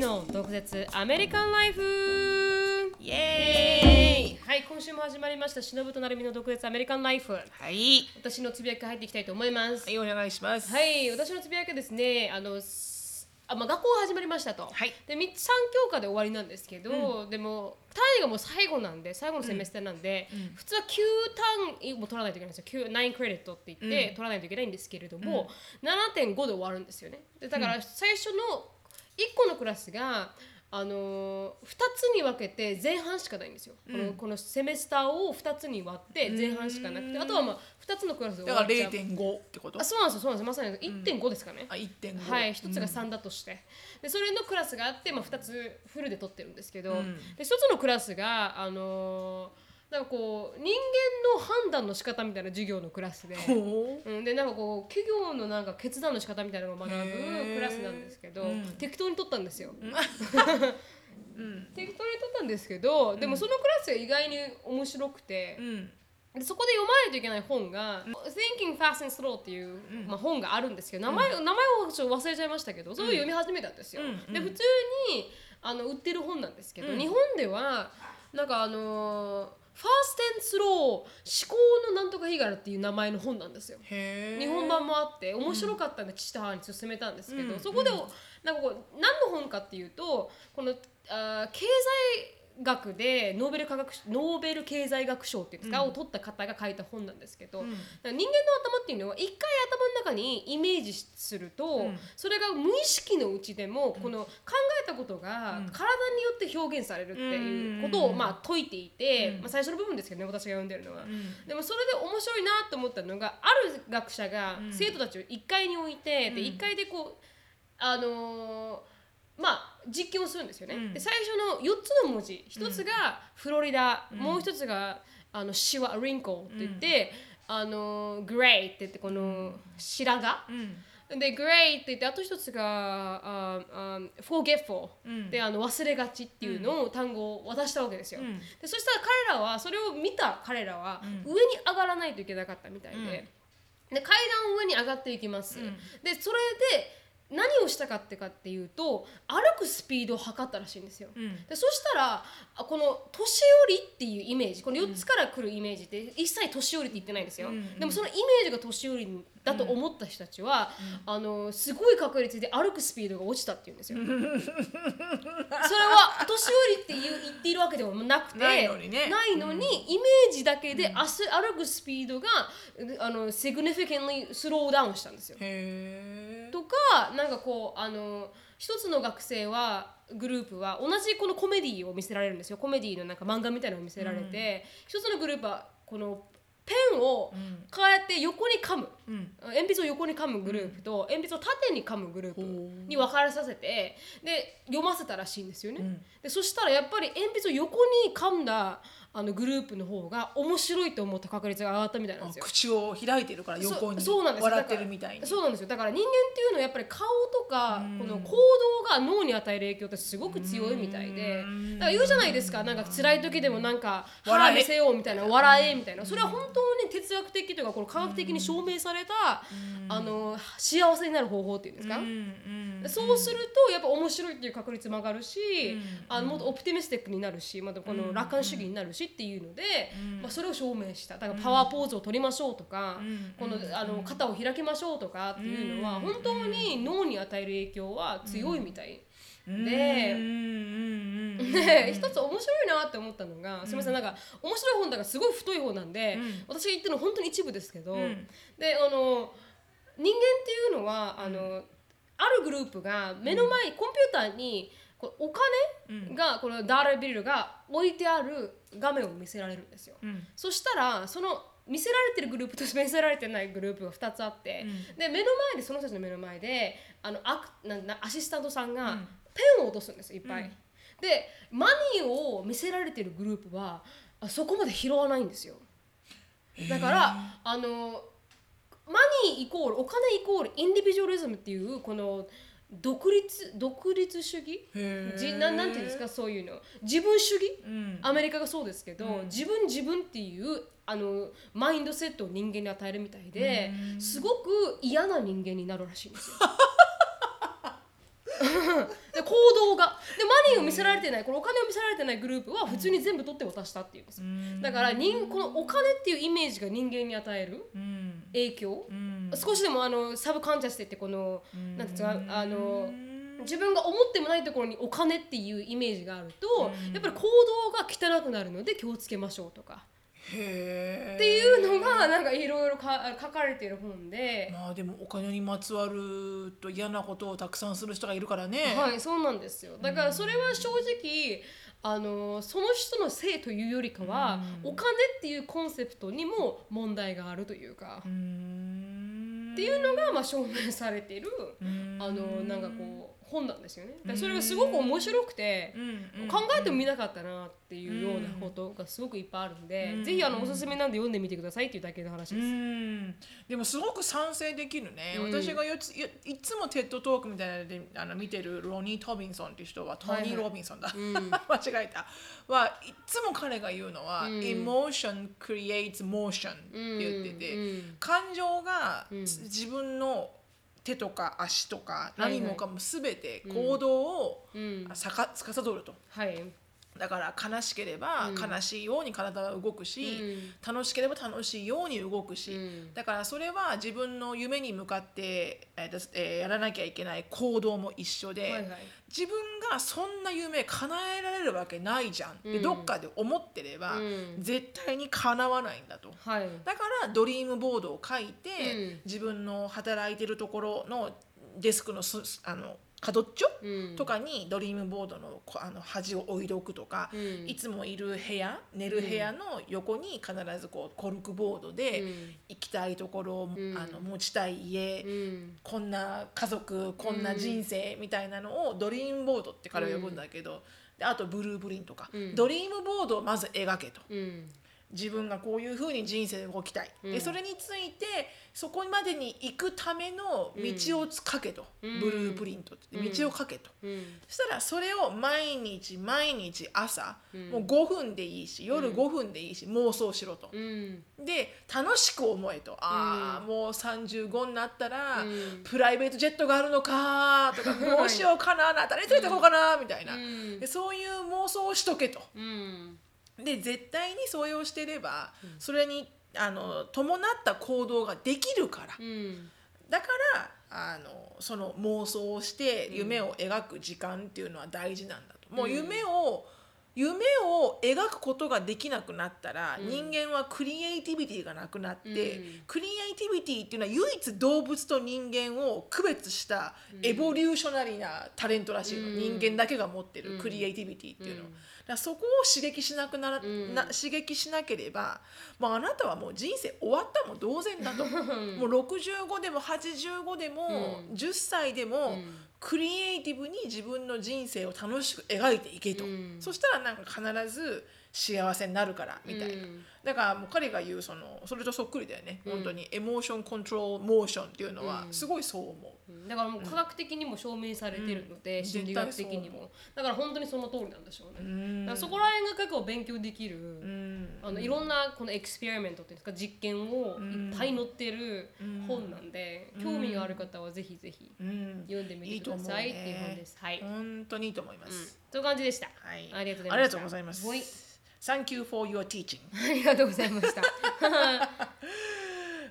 の独舌アメリカンライフイエーイはい今週も始まりましたしのぶとなるみの独舌アメリカンライフはい、私のつぶやき入っていきたいと思いますはい、お願いしますは、い私のつぶやきはですねあのすあまあ、学校始まりましたと、はいでみ3教科で終わりなんですけど、でも単位がもう最後なんで最後のセメスターなんで、普通は9単位も取らないといけないんですよ9 9クレジットって言って、取らないといけないんですけれども、7.5で終わるんですよねでだから最初の1個のクラスが、あのー、2つに分けて前半しかないんですよ、このこのセメスターを2つに割って前半しかなくてあとはまあ2つのクラスで終だわからっちゃう0.5ってことあそうなんですよそうなんですよまさに1.5ですかね、あ1.5はい、1つが3だとして、でそれのクラスがあって、まあ、2つフルで取ってるんですけど、うんで1つのクラスが、あのーなんかこう人間の判断の仕方みたいな授業のクラスで。ほうん、でなんかこう企業のなんか決断の仕方みたいなのを学ぶへークラスなんですけど、うん適当に取ったんですよ、ううん適当に取ったんですけどでもそのクラスが意外に面白くてう、んでそこで読まないといけない本が「Thinking Fast and Slow」っていう、まあ、本があるんですけど名前,、名前をちょっと忘れちゃいましたけどそれを読み始めたんですよ。うんうんで普通にあの売ってる本なんですけど、うん日本ではなんかあのーファーストロー思考のなんとか日柄っていう名前の本なんですよ。へえ日本版もあって面白かったんで父と母に勧めたんですけど、うんそこでおなんかこう何の本かっていうとこのあー経済学でノーベル科学賞ノーベル経済学賞っていうんですか、うんを取った方が書いた本なんですけど、うんだから人間の頭っていうのは一回頭の中にイメージすると、んそれが無意識のうちでもこの考えたことがうん体によって表現されるっていうことをうんまあ解いていて、うんまあ、最初の部分ですけどね私が読んでるのは。うんでもそれで面白いなと思ったのがある学者がうん生徒たちを1階に置いて、うんで1階でこうあのーまあ実験をするんですよね、うんで最初の4つの文字1つがフロリダ、うんもう1つがあのシワリンコって言って、あのーグレイって言ってこの白髪、うんで、グレイって言って、あと一つが、ああ forgetful、うんであの、忘れがちっていうのを、単語を渡したわけですよ。うんでそしたら彼らは、それを見た彼らは、うん上に上がらないといけなかったみたいで、うんで階段を上に上がっていきます。うんで、それで何をしたかってかっていうと、歩くスピードを測ったらしいんですよ。うんでそしたらあこの年寄りっていうイメージこの4つから来るイメージって一切年寄りって言ってないんですよ、うんうんでもそのイメージが年寄りだと思った人たちは、あのすごい確率で歩くスピードが落ちたっていうん ですよそれは年寄りって言う言っているわけでもなくてないのにねないのにイメージだけで明日歩くスピードがあの significantly スローダウンしたんですよへえとかなんかこうあの一つの学生はグループは同じこのコメディを見せられるんですよコメディのなんか漫画みたいなのを見せられて、一つのグループはこのペンをうんこうやって横に噛むうん鉛筆を横に噛むグループと、鉛筆を縦に噛むグループに分からさせてで読ませたらしいんですよね、うんでそしたらやっぱり鉛筆を横に噛んだあのグループの方が面白いと思った確率が上がったみたいなんあですよ口を開いてるからそ横にそうなんです笑ってるみたいだからにそうなんですよだから人間っていうのはやっぱり顔とかうんこの行動が脳に与える影響ってすごく強いみたいでうんだから言うじゃないですかなんか辛い時でもなんか笑腹え見せようみたいな笑えみたいなそれは本当に哲学的というかこの科学的に証明されたあの幸せになる方法っていうんですかうんうんそうするとやっぱ面白いっていう確率も上がるし、あのもっとオプティミスティックになるし、まあ、この楽観主義になるしっていうので、まあ、それを証明しただからパワーポーズを取りましょうとか、うんこのあの肩を開きましょうとかっていうのは、うん本当に脳に与える影響は強いみたい、うんでうんうんうんで一つ面白いなって思ったのが、すみませんなんか面白い本だからすごい太い方なんで、うん私が言ってるの本当に一部ですけど、うんであの人間っていうのはあの、あるグループが目の前、コンピューターにこれお金が、このダーラビルが置いてある画面を見せられるんですよ。うんそしたらその見せられてるグループと見せられてないグループが2つあって、うんで目の前でその人たちの目の前であのアクなんなアシスタントさんうがんペンを落とすんですいっぱい。うんでマニーを見せられてるグループはあそこまで拾わないんですよ。だからあのマニーイコールお金イコールインディビジュアリズムっていうこの独立独立主義へーじななんていうんですかそういうの自分主義うんアメリカがそうですけど、うん自分自分っていうあのマインドセットを人間に与えるみたいで、すごく嫌な人間になるらしいんですよ。で行動がでマニーを見せられてないこれお金を見せられてないグループは普通に全部取って渡したっていうんですよだから人このお金っていうイメージが人間に与えるうん影響うん少しでもあのサブカンシャスって言ってこのなんていうかあのうん自分が思ってもないところにお金っていうイメージがあると、うんやっぱり行動が汚くなるので気をつけましょうとかへーっていうのがなんかいろいろか書かれている本で、まあでもお金にまつわると嫌なことをたくさんする人がいるからね、はいそうなんですよだからそれは正直あのその人のせいというよりかは、うんお金っていうコンセプトにも問題があるというか、うーんっていうのがまあ証明されているうーんあのなんかこう本なんですよね。だからそれがすごく面白くて、うんうん考えてもみなかったなっていうようなことがすごくいっぱいあるんで、うんぜひあのおすすめなんで読んでみてくださいっていうだけの話うです。んでもすごく賛成できるね、うん私がよつよいつもテッドトークみたいなのであの見てるロニー・トビンソンっていう人はトはいニはー・いロビンソンだ、 うん、間違えたはいつも彼が言うのは、うん emotion creates motion ってうん言ってて、うん感情が、うん自分の手とか足とかはいはい何もかも全て行動をうん、さか司るとはい、だから悲しければうん悲しいように体は動くし、楽しければ楽しいように動くし、うんだからそれは自分の夢に向かって、えーですえーやらなきゃいけない行動も一緒で、はいはい自分がそんな夢叶えられるわけないじゃんってうんどっかで思ってれば、うん絶対に叶わないんだと。はい、だからドリームボードを書いて、うん自分の働いてるところのデスクのすあの角っちょ、うん、とかにドリームボードのこあの端を置いておくとか、うんいつもいる部屋寝る部屋の横に必ずこうコルクボードで、うん行きたいところ、んあの持ちたい家、うんこんな家族こんな人生みたいなのをドリームボードって彼は呼ぶんだけど、であとブループリントとか、うんドリームボードをまず描けと。うん自分がこういうふうに人生で動きたい、うんでそれについてそこまでに行くための道をつかけと、うんブループリントってうん道をかけと、うんそしたらそれを毎日毎日朝、うんもう5分でいいし夜5分でいいし、妄想しろと、うんで楽しく思えとああ、もう35になったら、うんプライベートジェットがあるのか とかどうしようかな誰に連れてこうかなみたいな、うんでそういう妄想をしとけと。うんで絶対にそれをしてれば、それにあの伴った行動ができるから、うんだからあのその妄想をして夢を描く時間っていうのは大事なんだと、もう夢を夢を描くことができなくなったら、人間はクリエイティビティがなくなっうて、んクリエイティビティっていうのは唯一動物と人間を区別したエボリューショナリーなタレントらしいの、うん人間だけが持ってうるんクリエイティビティっていうの、うんだからそこを刺激しなくなら、んな刺激しなければ、まあ、あなたはもう人生終わったも同然だ と。もう65でも85でも、う10歳でも、うんクリエイティブに自分の人生を楽しく描いていけと、うんそしたらなんか必ず幸せになるからみたいな、うんだからもう彼が言うそのそれとそっくりだよね、うん本当にエモーションコントロールモーションっていうのはうんすごいそう思うんだからもう科学的にも証明されてるので、うん心理学的に絶対そう思もだから本当にその通りなんでしょうう、うね、んだからそこら辺が結構勉強できる、うんあのいろんなこのエクスペリメントっていうんですか実験をいっぱい載ってる本なんで、うん興味がある方はぜひぜひうん読んでみてくださいっていう本です。はい、うん、本当にいいと思います、そういう感じでした。はいありがとうございましたありがとうございますはい Thank you for your teaching ありがとうございました。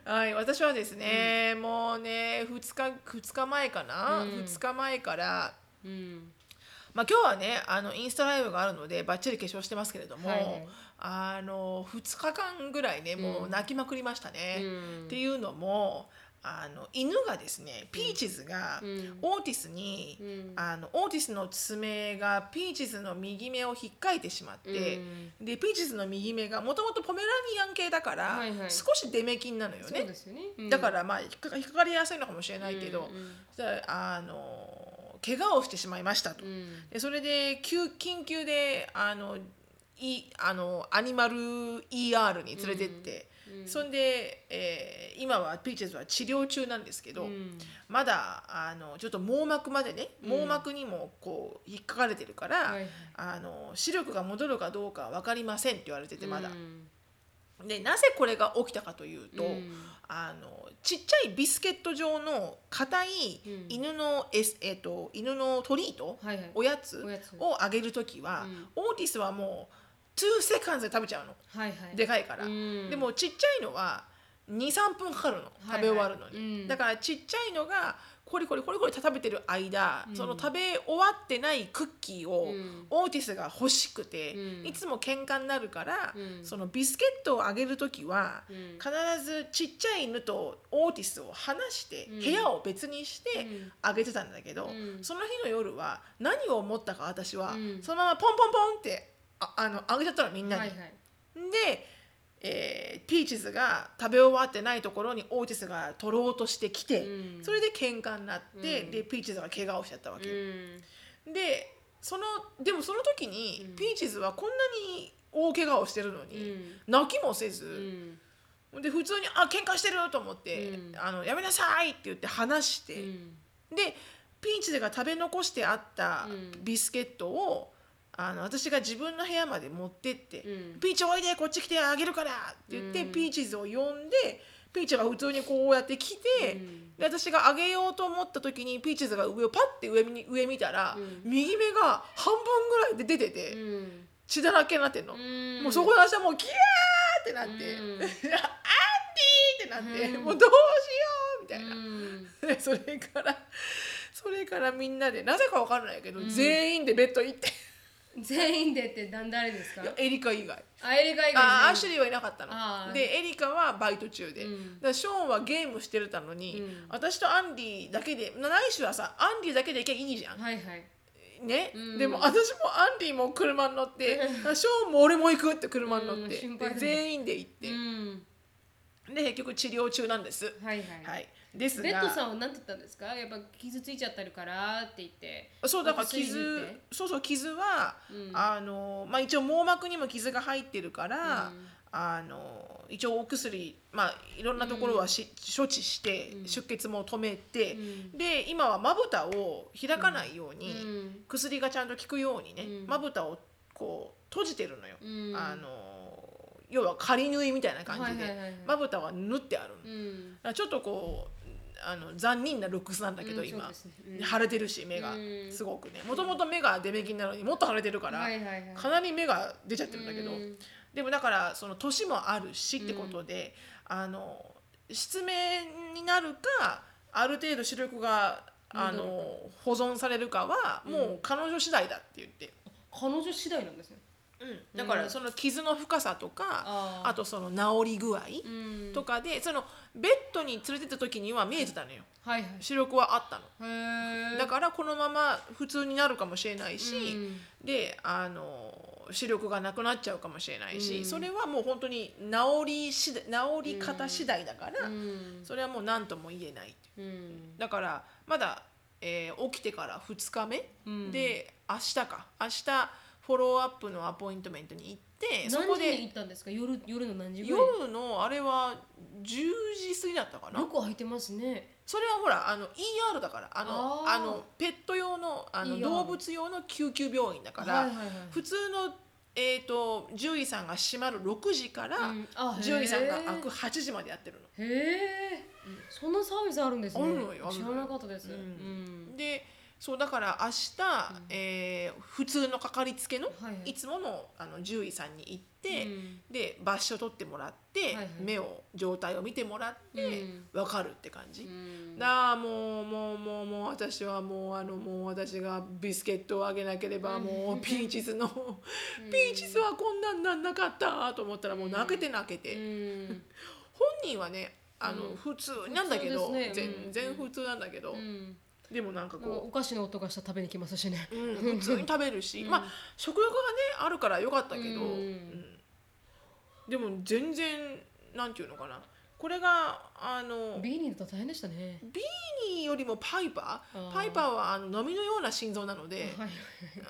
はい、私はですね、もうね2日2日前かな、うん2日前から、うん、まあ、今日はねあのインスタライブがあるのでばっちり化粧してますけれども、はいはいあの2日間ぐらいねもう泣きまくりましたね。うんっていうのもあの犬がですねピーチズが、うんオーティスに、うんあのオーティスの爪がピーチズの右目を引っかいてしまって、でピーチズの右目がもともとポメラニアン系だから、はいはい少し出目金なのよそうねで。すよね。うんだからまあ引っかか引っかかりやすいのかもしれないけうんど、うんそしたらあの怪我をしてしまいましたと、うんでそれで急緊急であのいあのアニマル ER に連れてって、そんで、えー今はピーチェズは治療中なんですけど、うんまだあのちょっと網膜までね網膜にもこう引っかかれてるから、はいはいあの視力が戻るかどうかは分かりませんって言われててまだ。うんでなぜこれが起きたかというと、うんあのちっちゃいビスケット状の硬いうん犬の,、えすえっと犬のトリート、はいはいおやつおやつをあげる時は、うんオーティスはもう2セカンズで食べちゃうのはいはいでかいから、うんでもちっちゃいのは23分かかるのはい食べ終わるのに、うんだからちっちゃいのがこれこれこれこれ食べてる間、うんその食べ終わってないクッキーうを、んオーティスが欲しくて、うんいつも喧嘩になるから、うんそのビスケットをあげる時は、うん必ずちっちゃい犬とオーティスを離して、うん部屋を別にしてうんあげてたんだけど、うんその日の夜は何を思ったか私は、うんそのままポンポンポンってああのあげちゃったのみんなに。はいはいで、えーピーチズが食べ終わってないところにオーティスが取ろうとしてきて、うんそれで喧嘩になって、うんでピーチズが怪我をしちゃったわうけ、んでそのでもその時に、うんピーチズはこんなに大怪我をしてるのうに、ん泣きもせうず、んで普通に「あ喧嘩してる!」と思って、うんあの「やめなさい!」って言って話して、うんでピーチズが食べ残してあったうんビスケットを、あの私が自分の部屋まで持ってってうんピーチおいでこっち来てあげるから」って言って、うんピーチズを呼んでピーチが普通にこうやって来て、うんで私があげようと思った時にピーチズが上をパッて上に上見たら、うん右目が半分ぐらいで出てて、うん血だらけになってんの、うんもうそこで私はもうキラーってなってう「ん アンディ!」ってなって、うんもうどうしようみたいな。うんで それからそれからみんなでなぜかわかんないけど、うん全員でベッド行って全員でってだ誰ですかいやエリカ以外あエリカ以外あア全員シュリーはいなかったあーのでエリカはバイト中で、うんだからショーンはゲームしてたのに、うん私とアンディだけでな来週はさアンディだけで行けばいいじゃんはいはいね、うんでも私もアンディも車に乗ってだからショーンも俺も行くって車に乗って、うん心配でだね全員で行ってう、んで結局治療中なんです、はいはいはい、ですがベッドさんは何て言ったんですかやっぱ傷ついちゃってるからって言ってそうだかおら薬塗っ傷てそうそう傷は、うんあのまあ、一応網膜にも傷が入ってるから、うんあの一応お薬、まあ、いろんなところはし、処置して、うん出血も止めて、うんで今はまぶたを開かないように、うん薬がちゃんと効くようにねうんまぶたをこう閉じてるのよ。うんあの要は仮縫いみたいな感じはいはいはいはでいまぶたは縫ってあるの。うんだからちょっとこうあの残忍なルックスなんだけど、うんそう今、ですねうん腫れてるし目が、うんすごくねもともと目が出目気になるのにもっと腫れてるから、はいはいはいかなり目が出ちゃってるんだけど、うんでもだからその年もあるしってことで、あの失明になるかある程度視力があの保存されるかはもう彼女次第だって言って。彼女次第なんですねうん、だからその傷の深さとか、あーあとその治り具合うんとかで、そのベッドに連れてった時には見えてたのよはいはい視力はあったのへえだからこのまま普通になるかもしれないし、うんであの視力がなくなっちゃうかもしれないし、うんそれはもう本当に治りしだ治り方次第だから、うんそれはもう何とも言えないうんだからまだ、えー起きてから2日目、うんで明日か明日フォローアップのアポイントメントに行ってそ何こ時にで行ったんですか夜夜の何時ぐらい夜のあれは10時過ぎだったかなよく空いてますねそれはほらあの ER だからあのあーあのペット用のあの ER 動物用の救急病院だから、はいはいはい普通の、えー、と獣医さんが閉まる6時から、うんあ獣医さんがへー開く8時までやってるへえそんなサービスあるんですねあるのよある知のよらなかったですうんうんの。でそうだから明日、えー普通のかかりつけの、はいはいいつものあの獣医さんに行って、うんで抜歯を取ってもらって、はいはい目を状態を見てもらって、うん分かるって感じ。うんなあもうもうもうもう私はもうあのもう私がビスケットをあげなければもうピーチスのピーチスはこんなんなんなかったと思ったらもう泣けて泣けて、うん本人はねあの、うん普通なんだけど、普通ですねうん全然普通なんだけど、うんでもなんかなんかこお菓子の音がしたら食べに来ますしねう、うん普通に食べるし、うんまあ食欲がねあるから良かったけど、うんうんでも全然なんていうのかなこれがあのビーニーだと大変でしたねビーニーよりもパイパあーーパイパーはあの波のような心臓なのではい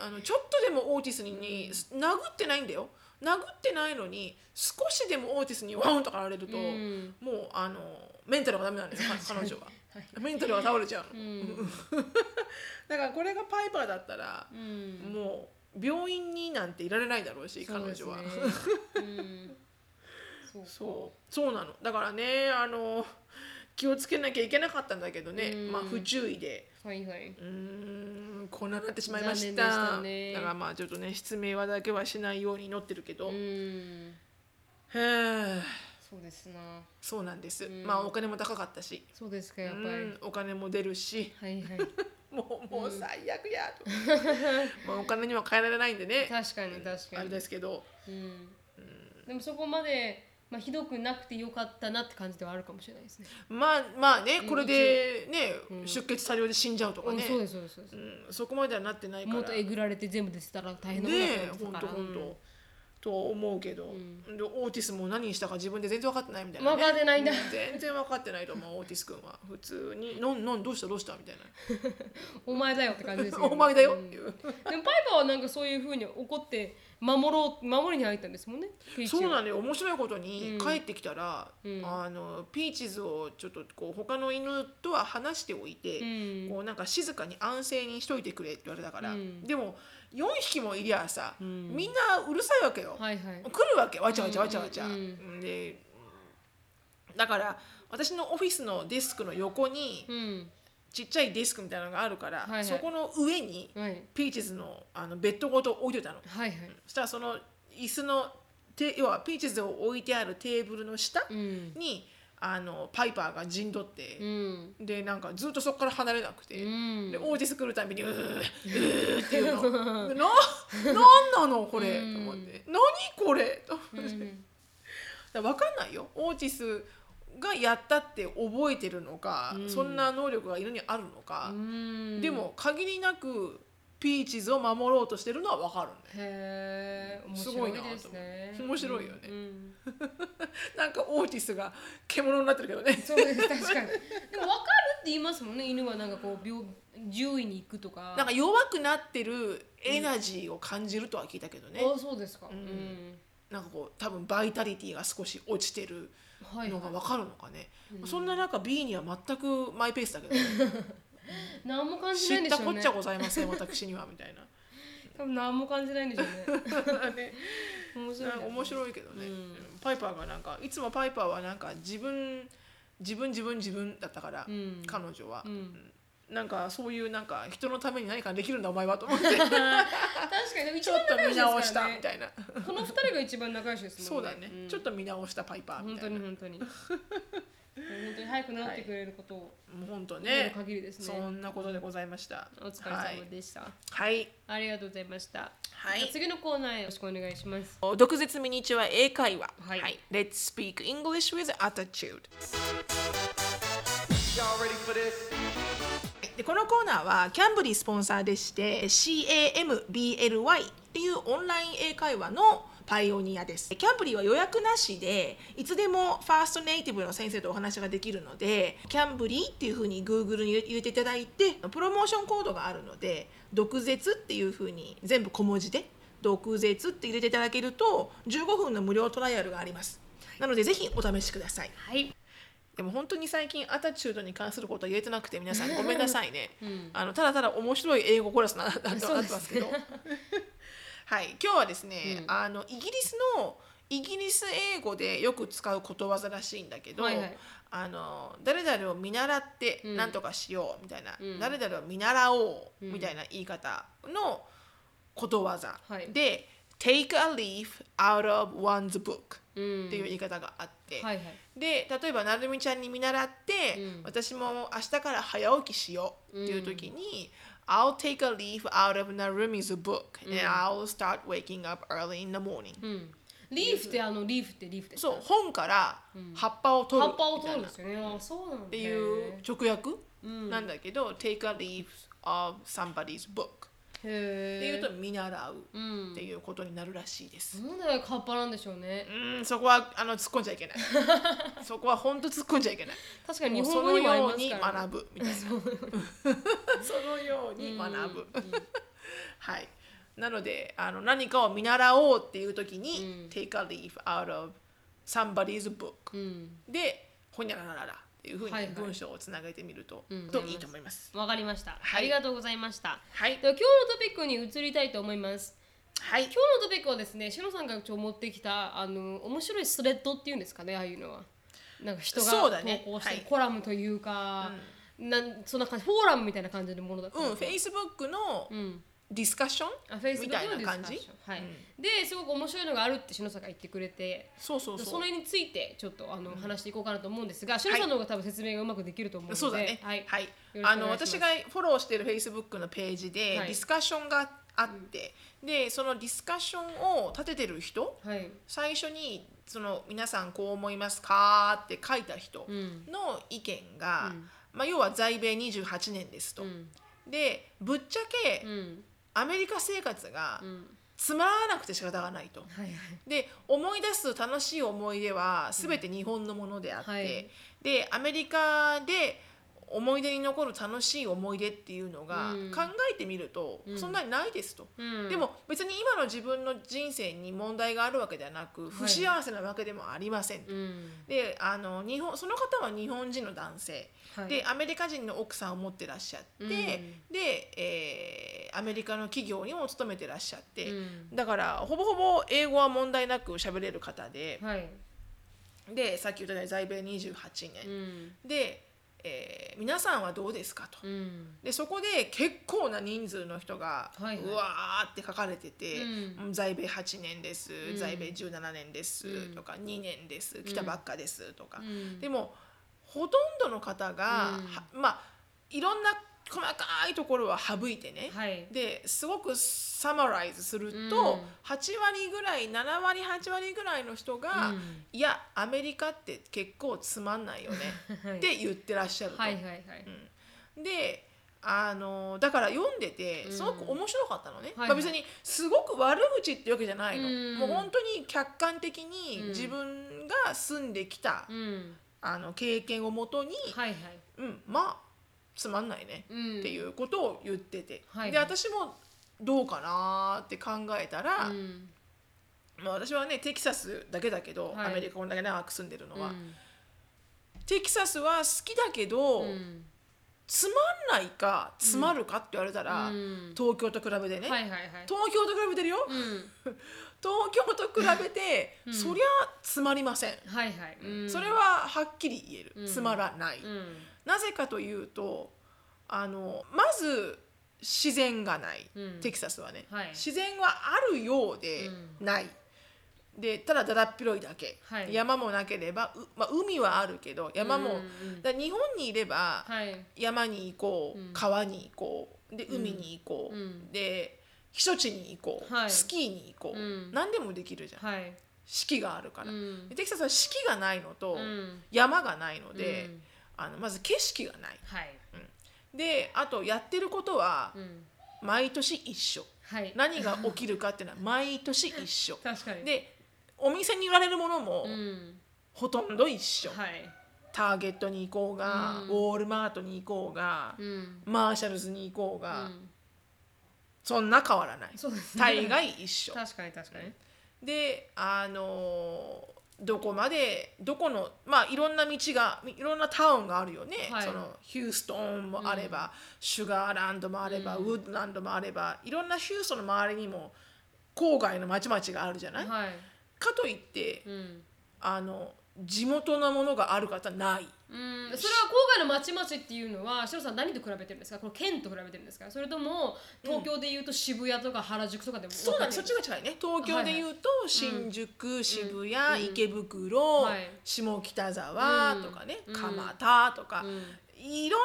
あのちょっとでもオーティスにに殴ってないんだよ殴ってないのに少しでもオーティスにワンとかやられると、うんもうあのメンタルがダメなんですよか彼女は。メンタルが倒れちゃうの、うんだからこれがパイパーだったら、うんもう病院になんていられないだろうし彼女は、そうですねうんそうそうそうなのだからねあの気をつけなきゃいけなかったんだけどね、うんまあ不注意ではいはいうーんこんなになってしまいまし残念でたしたねだからまあちょっとね失明はだけはしないように祈ってるけど、うへんえそうですなそうなんです、んまあお金も高かったしそうですかやっぱり、うんお金も出るしはいはいもうもう最悪やと、 まあお金には変えられないんでね確かに確あかれに、ですけどうん、でもそこまで、まあ、ひどくなくてよかったなって感じではあるかもしれないですねまあまあねうんこれでね、うん出血多量で死んじゃうとかうんね、そうですそうですそうですうんそこまではなってないからもっとえぐられて全部出てたら大変なことねになえっほんたとから、ほんとと思うけど、でオーティスも何したか自分で全然分かってないみたいな、ね、分かってないんだ全然分かってないと思うオーティス君は普通に「のんのんどうしたどうした?」みたいお前だよって感じですな「よね お前だよ」うっんでていもう、パイパーはなんかそういうふうに怒って守ろう守りに入ったんですもんねピーチをそうなのよ面白いことにうん帰ってきたら、うんあのピーチズをちょっとこう他の犬とは話しておいて、うんこうなんか静かに安静にしといてくれって言われたから、うんでも4匹もいりゃさ、んみんなうるさいわけよ、はいはい来るわけわちゃわちゃわちゃわちゃ、うんでだから私のオフィスのデスクの横にうんちっちゃいデスクみたいなのがあるから、はいはいそこの上にはいピーチズのあのベッドごと置いてたのはいはいそしたらその椅子のて要はピーチズを置いてあるテーブルの下うんに、あのパイパーが陣取ってう、んでなんかずっとそこから離れなくて、うんでオーティス来るたびに「うーうー」って いうのでななんなのこれ、うんと思って「何これ」と思って、うんだから分かんないよオーティスがやったって覚えてるのか、うんそんな能力が犬にあるのかう、んでも限りなくピーチズを守ろうとしてるのは分かるんだよへえ面すご白いいなと思でうすね面白いよねうんうんなんかオーティスが獣になってるけどねそうです確かにでも分かるって言いますもんね犬はなんかこう病獣医に行くとかなんか弱くなってるエナジーを感じるとは聞いたけどね、あそうですかうんんなんかこう多分バイタリティが少し落ちてるはいのが分はかるのかね、そんな中 B には全くマイペースだけ ど、ね、い何も感じ知ないんっでたしょこうっねちゃございません私にはみたいな。多分何も感じないんでしょうねね面白いなんかね面白いけどね、うんパイパーがなんかいつもパイパーはなんか自分自分自分自分だったから、うん彼女はう、んなんかそういうなんか人のために何かできるんだお前はと思っ て確かにでも一ちょっ番と見仲良直しでしすかたらみねたいな、この二人が一番仲良しですそもうんねだね、んちょっと見直したパイパー本みた当いなに本当にもう本当に早く治ってくれることをもう本当祈るね限りですそねんなことでございましたお疲れ様でしたはいありがとうございましたはじゃあい次のコーナーへよろしくお願いします毒舌ミニチュア英会話、はい Let's speak English with attitude Y'all ready for this? でこのコーナーはキャンブリースポンサーでして CAMBLY っていうオンライン英会話のパイオニアですキャンブリーは予約なしでいつでもファーストネイティブの先生とお話ができるのでキャンブリーっていうふうに Google に入れていただいてプロモーションコードがあるので毒舌っていうふうに全部小文字で毒舌って入れていただけると15分の無料トライアルがありますなのでぜひお試しくださいはいでも本当に最近アタチュードに関することは言えてなくて皆さんごめんなさいね、 んあのただただ面白い英語コーラスなななって そうですますけどはい今日はですね、うんあのイギリスのイギリス英語でよく使うことわざらしいんだけど、はいはいあの誰々を見習ってうん何とかしようみたいな、うん誰々を見習おううんみたいな言い方のことわざ、はいで「take a leaf out of one's book」うんっていう言い方があって、はいはいで例えばなるみちゃんに見習って、うん私も明日から早起きしようっていう時に、I'll take a leaf out of Narumi's book and I'll start waking up early in the morning、うんリーフってあのリーフってリーフってそう本から葉っぱを取葉るっぱを取るんみたいなでっすよねあそうなんだっていう直訳なんだけど、take a leaf of somebody's book へっえていうと見習ううっんていうことになるらしいです、なんで葉っぱなんでしょうねうん、そこはあの突っ込んじゃ いけないそこは本当突っ込んじゃいけない確かにもう日そ本語にのもありよまうにすから学ぶみたいな そのように学ぶはいなのであの何かを見習おうっていう時に、take a leaf out of somebody's book、うんでほにゃららららっていうふうはいはにい文章をつなげてみると、うんといいと思います、わかりましたはあいりがとうございましたはいでは今日のトピックに移りたいと思いますはい今日のトピックはですね、しのさんがちょっと持ってきたあの面白いスレッドっていうんですかね、ああいうのは。なんか人がそう投だね稿してはいるコラムというか、なんそんな感じフォーラムみたいな感じのものだったうんですよ Facebook のうん。ディスカッションあ、フェイスみブッたクいのデなィスカ感ッじションはい。ですごく面白いのがあるってしのさんが言ってくれて。そうそうそそうの絵についてちょっとあの話していこうかなと思うんですが、しのさんの方が多分説明がうまくできると思うので、そうだねはい、はいよろしくお願いしますあの私がフォローしてる Facebook のページではいディスカッションがあって、でそのディスカッションを立ててる人はい、最初にその皆さんこう思いますかって書いた人うん、の意見が、うんまあ、要は在米28年ですと、うん、でぶっちゃけうん、アメリカ生活がうん、つまらなくて仕方がないと。はい、はい、で思い出す楽しい思い出は全て日本のものであっうて、んはいでアメリカで思い出に残る楽しい思い出っていうのが、うん考えてみるとうんそんなにないですと、うん、で、も別に今の自分の人生に問題があるわけではなく不幸せなわけでもありませんと、うん、であの日本その方は日本人の男性、はい、でアメリカ人の奥さんを持ってらっしゃって、うんで、えーアメリカの企業にも勤めてらっしゃって、うん、だからほぼほぼ英語は問題なく喋れる方で、はい、でさっき言ったように在米28う年、ん、で、えー皆さんはどうですかと、うん、でそこで結構な人数の人が、はいはいうわーって書かれててう「在米8年です」ん在米17年です」うんとか「2年です」「来たばっかです」とか、うんでもほとんどの方が、うんはまあいろんな細かいところは省いてね、はい、ですごくサマライズすると、うん8割ぐらい7割8割ぐらいの人が、うんいやアメリカって結構つま んないよねはいって言ってらっしゃると。はい、はい、はい、であのだから読んでてうんすごく面白かったのね、はいはいまあ、別にすごく悪口ってわけじゃないの、うんもう本当に客観的うんに自分が住んできた、うん、あの経験をもとに、はい、はい、うん、まあつまんないねうん、、っていううことを言ってて、はいで私もどうかなーって考えたら、うん、まあ、私はねテキサスだけだけど、はいアメリカこんだけ長く住んでるのは、うんテキサスは好きだけど、うん、つまんないかつまるかって言われたら、うん東京と比べてね、はい、はい、はい、東京と比べてるようん、東京と比べて、うんそりゃつまりません、はい、はい、うん、それ、ははっきり言える、うんつまらない、うん、なぜかというとあのまず自然がない、うんテキサスはね、はい自然はあるようでない、でただだだっ広いだけ、はい山もなければ、うまあ、海はあるけど山も、うんうんだから日本にいれば、はい、山に行こう、うん川に行こうでうん海に行こう、うんで避暑地に行こう、はいスキーに行こうう、ん何でもできるじゃんはい、四季があるから、うんでテキサスは四季がないのと、うん山がないので、うんあのまず景色がないはい、であとやってることはうん、毎年一緒はい、何が起きるかっていうのは毎年一緒確かに、でお店に売られるものもうん、ほとんど一緒、はい、ターゲットに行こうが、うんウォールマートに行こうが、うん、マーシャルズに行こうが、うんそんな変わらないそうですね大概一緒確かに確かに、であのーどこまでどこのまあいろんな道がいろんなタウンがあるよね、はいそのヒューストンもあれば、シュガーランドもあれば、ウッドランドもあればいろんなヒューストンの周りにも郊外の町々があるじゃない、はい、かといってうん。あの地元のものがある方ないうん、それは郊外の町々っていうのは、しろさん何と比べてるんですか、この県と比べてるんですか、それとも東京でいうと渋谷とか原宿とかでもそうなんですそ分っかちが近いね東京でいうと新宿、渋谷、池袋、はい下北沢とかね、うん蒲田とか、れるいろん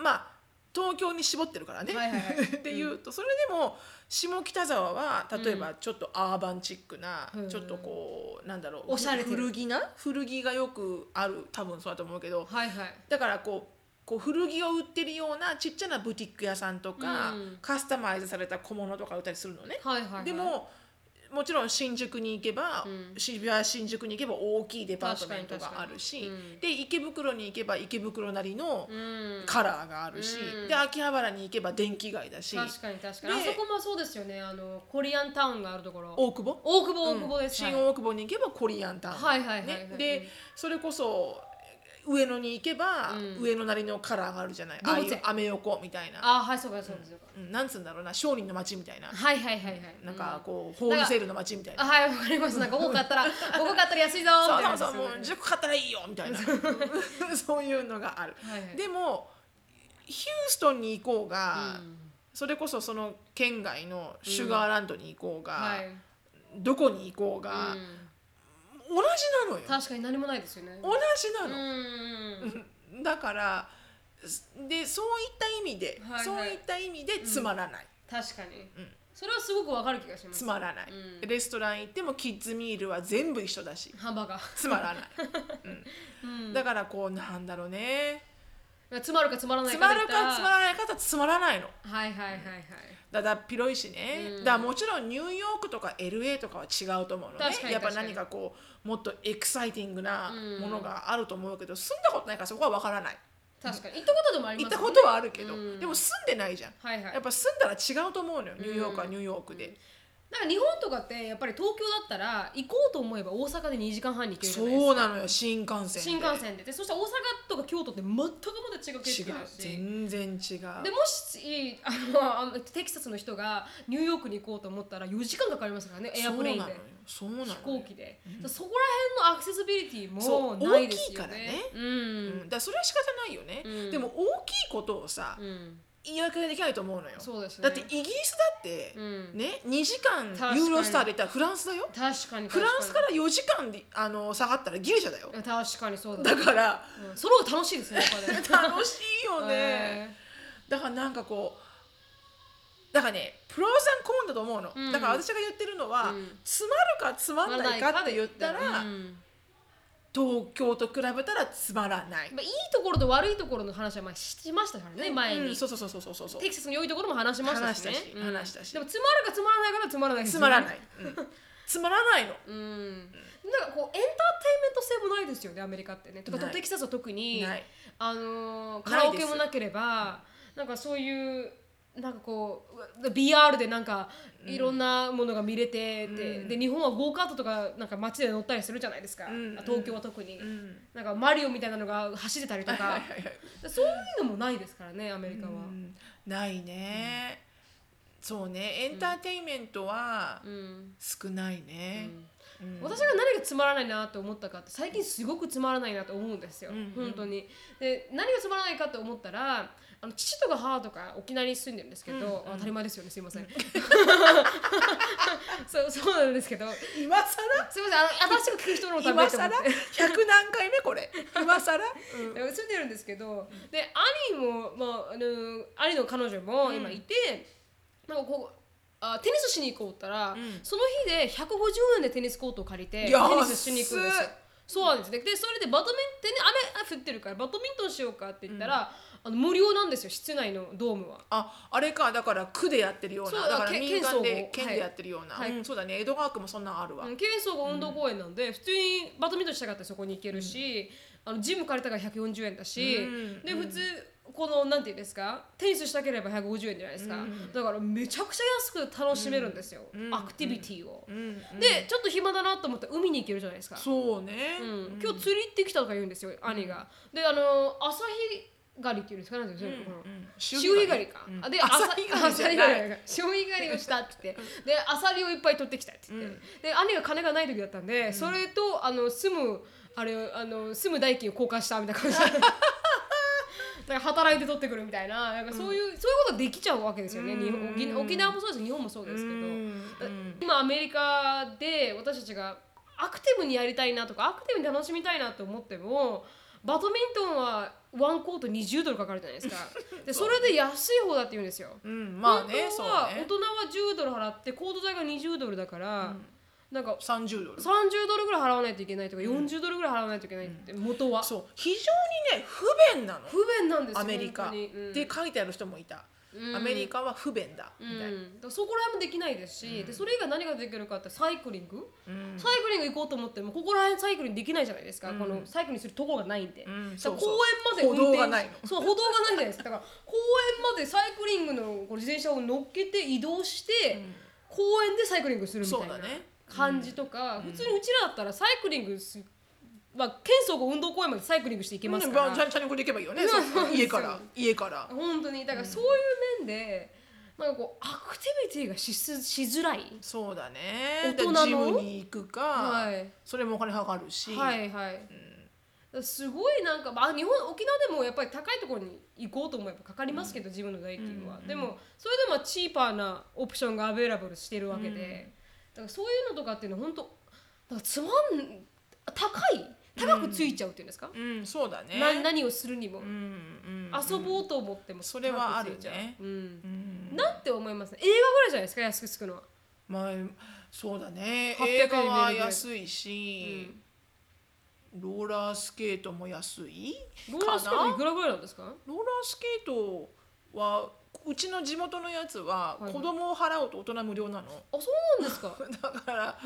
なまあ東京に絞ってるからね、はいはいはい っていうとそれでも下北沢は例えばちょっとアーバンチックな、うんちょっとこうなんだろうおしゃれてる古着な古着がよくある多分そうだと思うけど、うん、はいはいだからこうこう古着を売ってるようなちっちゃなブティック屋さんとか、うんカスタマイズされた小物とか売ったりするのね。はいはいはいでももちろん新宿に行けば、うん渋谷新宿に行けば大きいデパートメントがある確し、かに確かにうんで池袋に行けば池袋なりのうんカラーがあるし、うんで秋葉原に行けば電気街だし確かに確かにあでそこもそうですよねあのコリアンタウンがあるところ大久保大久保大久保です、新大久保に行けばコリアンタウン、はいはいはいはいねはいで、うんそれこそ上野に行けば、うん上野なりのカラーがあるじゃない動ああ物い園うアメ横みたいな、あーはいそうかそうかそうか、うん、なんつうんだろうな商人の街みたいな、はいはいはいはいなんかこうホールセールの街みたいあなはいわかりますなんか多かった ら多かったら安いぞーそみうたいそなうそうもうはい10個買ったらいいよ みたいなそういうのがある、はいでもヒューストンに行こうが、うんそれこそその県外のシュガーランドに行こうが、はい、どこに行こうが、うん同じなのよ確かに何もないですよね同うじんなの、うんうんだからでそういった意味で、はいはいそういった意味でつまらない、確かに、うんそれはすごくわかる気がしますつまらない、うんレストラン行ってもキッズミールは全部一緒だしハンバーガー、つまらない、うん、だからこうなんだろうね詰まるか詰まらないつかでま言るったらかつまらない方つまらないのはいはいはいはいだだっ広いしね、うんだからもちろんニューヨークとか LA とかは違うと思うの確かねにやっぱ確かに何かこうもっとエキサイティングなうんものがあると思うけど、住んだことないからそこは分からない確かに行ったことでもあり行まっすたもこんねとはあるけど、うんでも住んでないじゃん、はいはいやっぱ住んだら違うと思うのよニューヨークはうんニューヨークで、なんか日本とかってやっぱり東京だったら行こうと思えば大阪で2時間半に行けるじゃないですそうなのよ新幹線でか新幹線ででそして大阪とか京都って全くまた違う景色違うだし全然違うでもしあのあのテキサスの人がニューヨークに行こうと思ったら4時間かかりますからねエアプレインでそうなのよ飛そうなの行よ機で、そこら辺のアクセシビリティそもうないです大きいかよらねねうんうん、だからそれは仕方ないよね、うんでも大きいことをさ、うん言い訳ができないと思うのよそうですねだってイギリスだって、うんね2時確か間にユーロスターで行ったらフランスだよ確かにフランスからら4時間であの下がったらギリシャだよ確かにそうだだからうんその方が楽しいですねやっぱね 楽しいよねえだからなんかこうだからねプローザンコーンだと思うの、うんだから私が言ってるのは、うんつまるかつまんないかって言ったら、うん東京と比べたらつまらない、まあ、いいところと悪いところの話はまあしましたからね前に、うんそうそうそうそうそうそうテキサスの良いところも話しましたしね話したしうん話したしでもつまるかつまらないからつまらないですねつまらない、うんつまら ないのうん、なんかこうエンターテインメント性もないですよねアメリカってねとかないテキサスは特にないあのーカなラいオですケもなければなんかそういうなんかこうう BR でなんかいろんなものが見れてて、で日本はゴーカートとかなんか街で乗ったりするじゃないですか、ん東京は特に、んなんかマリオみたいなのが走ってたりとはいか はいはいそういうのもないですからねアメリカは、うんないね、そうねエンターテインメントはうん少ないね、うん私が何がつまらないなと思ったかって最近すごくつまらないなと思うんですよ、うんうん本当にで何がつまらないかと思ったらあの父とか母とか沖縄に住んでるんですけど、うんうん当たり前ですよねすいません そうそうなんですけどす今更いませんあの新しく聞く人のため今と思っ更て百何回目これ今 更、うん住んでるんですけどで兄も、まあ、あの兄の彼女も今いて、なんかこうあテニスしに行こうったら、んその日で150円でテニスコートを借りてテニ安っスしに行くんですよ。そうなんですね、でそれでバドミントンで雨あ降ってるからバドミントンしようかって言ったら、あの無料なんですよ室内のドームは。ああれかだから区でやってるようなそうだからけ民間で県総合県でやってるような、はいはいうんそうだね江戸川区もそんなんあるわ、うん、軽装が運動公園なんで、普通にバドミントンしたかったらそこに行けるし、あのジム借りたから140円だし、うんで普通このなんていうんですかテニスしたければ150円じゃないですか、だからめちゃくちゃ安く楽しめるんですよ、うんアクティビティを、うんうんでちょっと暇だなと思ったら海に行けるじゃないですかそうね、うん今日釣り行ってきたとか言うんですよ兄が、であの朝日狩りっていうんですかなんていうんですか、この潮潮干狩りか、うんあで朝朝日朝日狩りじゃ狩りないが潮干狩りをしたって言ってでアサリをいっぱい取ってきたって言って、で兄が金がない時だったんで、それとあの住むあれあの住む代金を交換したみたいな感じ でだから働いて取ってくるみたいななんかそういう、そういうことできちゃうわけですよね、日本沖沖縄もそうです日本もそうですけど、うん今アメリカで私たちがアクティブにやりたいなとかアクティブに楽しみたいなと思ってもバドミントンはワンコート20ドルかかるじゃないですかでそれで安い方だって言うんですようんまあね本当そうは大ね人は10ドル払ってコート代が20ドルだから、なんか30ドル30ドルぐらい払わないといけないとか、40ドルぐらい払わないといけないって元は、そう非常にね不便なの不便なんですよアメリカ本当にっ、て書いてある人もいた、うんアメリカは不便だうんみうんたいな、だからそこら辺もできないですし、でそれ以外何ができるかってサイクリング、うんサイクリング行こうと思ってもここら辺サイクリングできないじゃないですか、このサイクリングするとこがないんで、だんからそうそう公園まで運歩転道がないそう歩道がないじゃないですかだから公園までサイクリングのこう自転車を乗っけて移動して、公園でサイクリングするみたいそうだなね感じとか、普通にうちらだったらサイクリングすまあ、県総合運動公園までサイクリングしていけますから、うんチャリチャリンコで行けばいいよねそうそうそう家から家から本当にだからそういう面で、なんかこうアクティビティがしすしづらいそうだ大ね人のだからジムに行くか、はいそれもお金かかるし、はいはい、すごいなんか、まあ、日本沖縄でもやっぱり高いところに行こうと思えばかかりますけど、自分の代金は、でもそれでもチーパーなオプションがアベラブルしてるわけで、だからそういうのとかっていうのは本当なんかつまん高い高くついちゃうっていうんですか、うんそうだねな何をするにも、うんうん遊ぼうと思ってもそれはある高ねくついちゃううんうんなんて思いますね映画ぐらいじゃないですか安くつくのはまあそうだね800映画は円で見れる安いし、ローラースケートも安いローラースケーかトないくらぐらいなんですかローラースケートはうちの地元のやつははい子供を払うと大人無料なの、 あそうなんですかだから、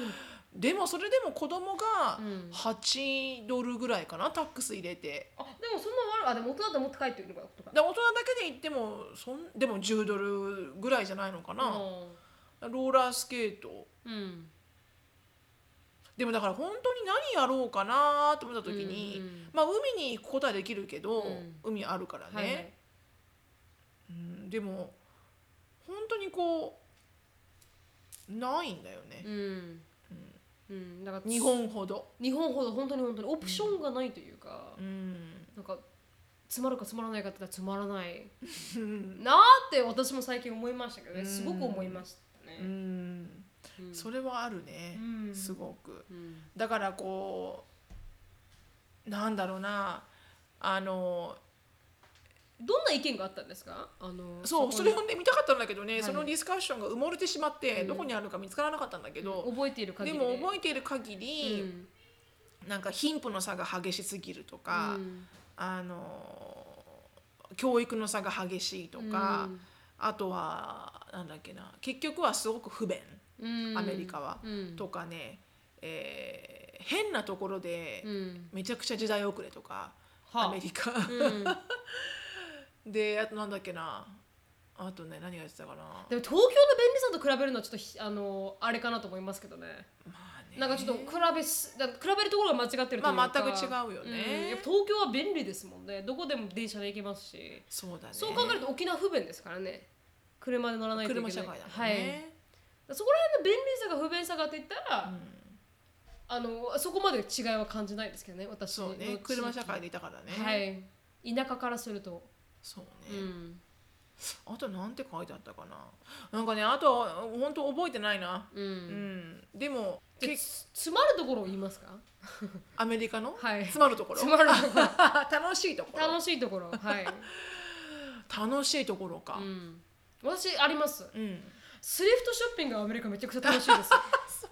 でもそれでも子供がうん8ドルぐらいかなタックス入れてあでもそんな悪いあでも大人だと持って帰ってくるのかとかで大人だけで行ってもそんでも10ドルぐらいじゃないのかな、ローラースケートうんでもだから本当に何やろうかなと思った時に、うんうんまあ、海に行くことはできるけど、うん海あるからね、はいはいうん、でも本当にこうないんだよね、うんうんだから日本ほど、日本ほど本当に本当にオプションがないというかうん、なんかつまるかつまらないかって言ったらつまらないなーって私も最近思いましたけどねうんすごく思いましたうねんうんそれはあるね、うんすごくうんだからこうなんだろうなあのどんな意見があったんですかあのそうこそにれをね見たかったんだけどね、はいそのディスカッションが埋もれてしまって、うんどこにあるか見つからなかったんだけど、覚えている限でりも覚えている限うり、んなんか貧富の差が激しすぎるとか、うんあの教育の差が激しいとか、あとはなんだっけな結局はすごく不便うんうんアメリカはうんとかね、えー変なところでうんめちゃくちゃ時代遅れとか、はあアメリカ、うん であとなんだっけなあとね何が言ってたかなでも東京の便利さと比べるのはちょっとひあのあれかなと思いますけどねまあねなんかちょっと比べすなんか比べるところが間違ってるというかまあ全く違うよねんやっぱ東京は便利ですもんねどこでも電車で行けますしそうだねそう考えると沖縄不便ですからね車で乗らないといけない車社会だもんね、はい、そこら辺の便利さが不便さがって言ったら、あのそこまで違いは感じないですけどね私のそう地ね域車社会でいたからね、はい田舎からすると、そうね、うんあとなんて書いてあったかななんかねあとは本当覚えてないなうんうん、でもでけつ詰まるところを言いますかアメリカの、はい詰まるところ詰まるとこ 楽しいところろ楽しいと ころはい楽しいところかうん、私ありますうん、スリフトショッピングはアメリカめちゃくちゃ楽しい です、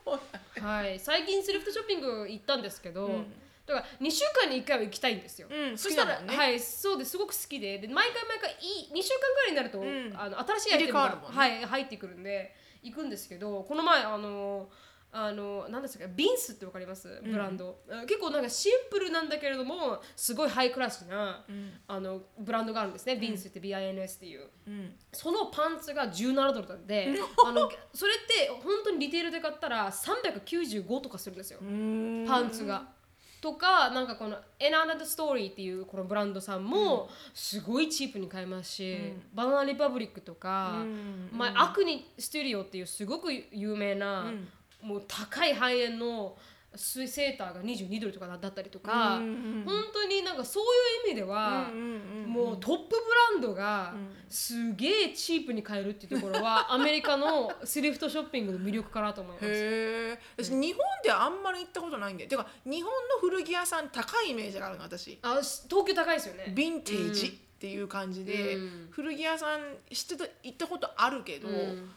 そうだはい、最近スリフトショッピング行ったんですけど、うんだから2週間に1回は行きたいんですよ、うんそした好ら、きだもんねはいそうですすごく好きでで毎回毎回いい2週間ぐらいになると、んあの新しいアイテム入れ替わるがもん、ねはい、入ってくるんで行くんですけどこの前あのあの何でしたっけビンスってわかりますブランド、あ結構なんかシンプルなんだけれどもすごいハイクラスな、あのブランドがあるんですね、ビンスって BINS っていううん、そのパンツが17ドルなんであのそれって本当にリテールで買ったら395とかするんですようんパンツが。とかなんかこの「エナナ t ストーリー」っていうこのブランドさんもすごいチープに買えますし、バナナリパブリックとか、うんまあ、アクニステュディオっていうすごく有名な、うんもう高いハイエンの水セーターが22ドルとかだったりとか、うんうんうん本当になんかそういう意味では、うんうんうんもうトップブランドがすげえチープに買えるっていうところは、アメリカのスリフトショッピングの魅力かなと思います。へえ私日本であんまり行ったことないんだよてか日本の古着屋さん高いイメージがあるの私あし東京高いですよね。ヴィンテージっていう感じで、うん古着屋さん知ってた行ったことあるけど、うん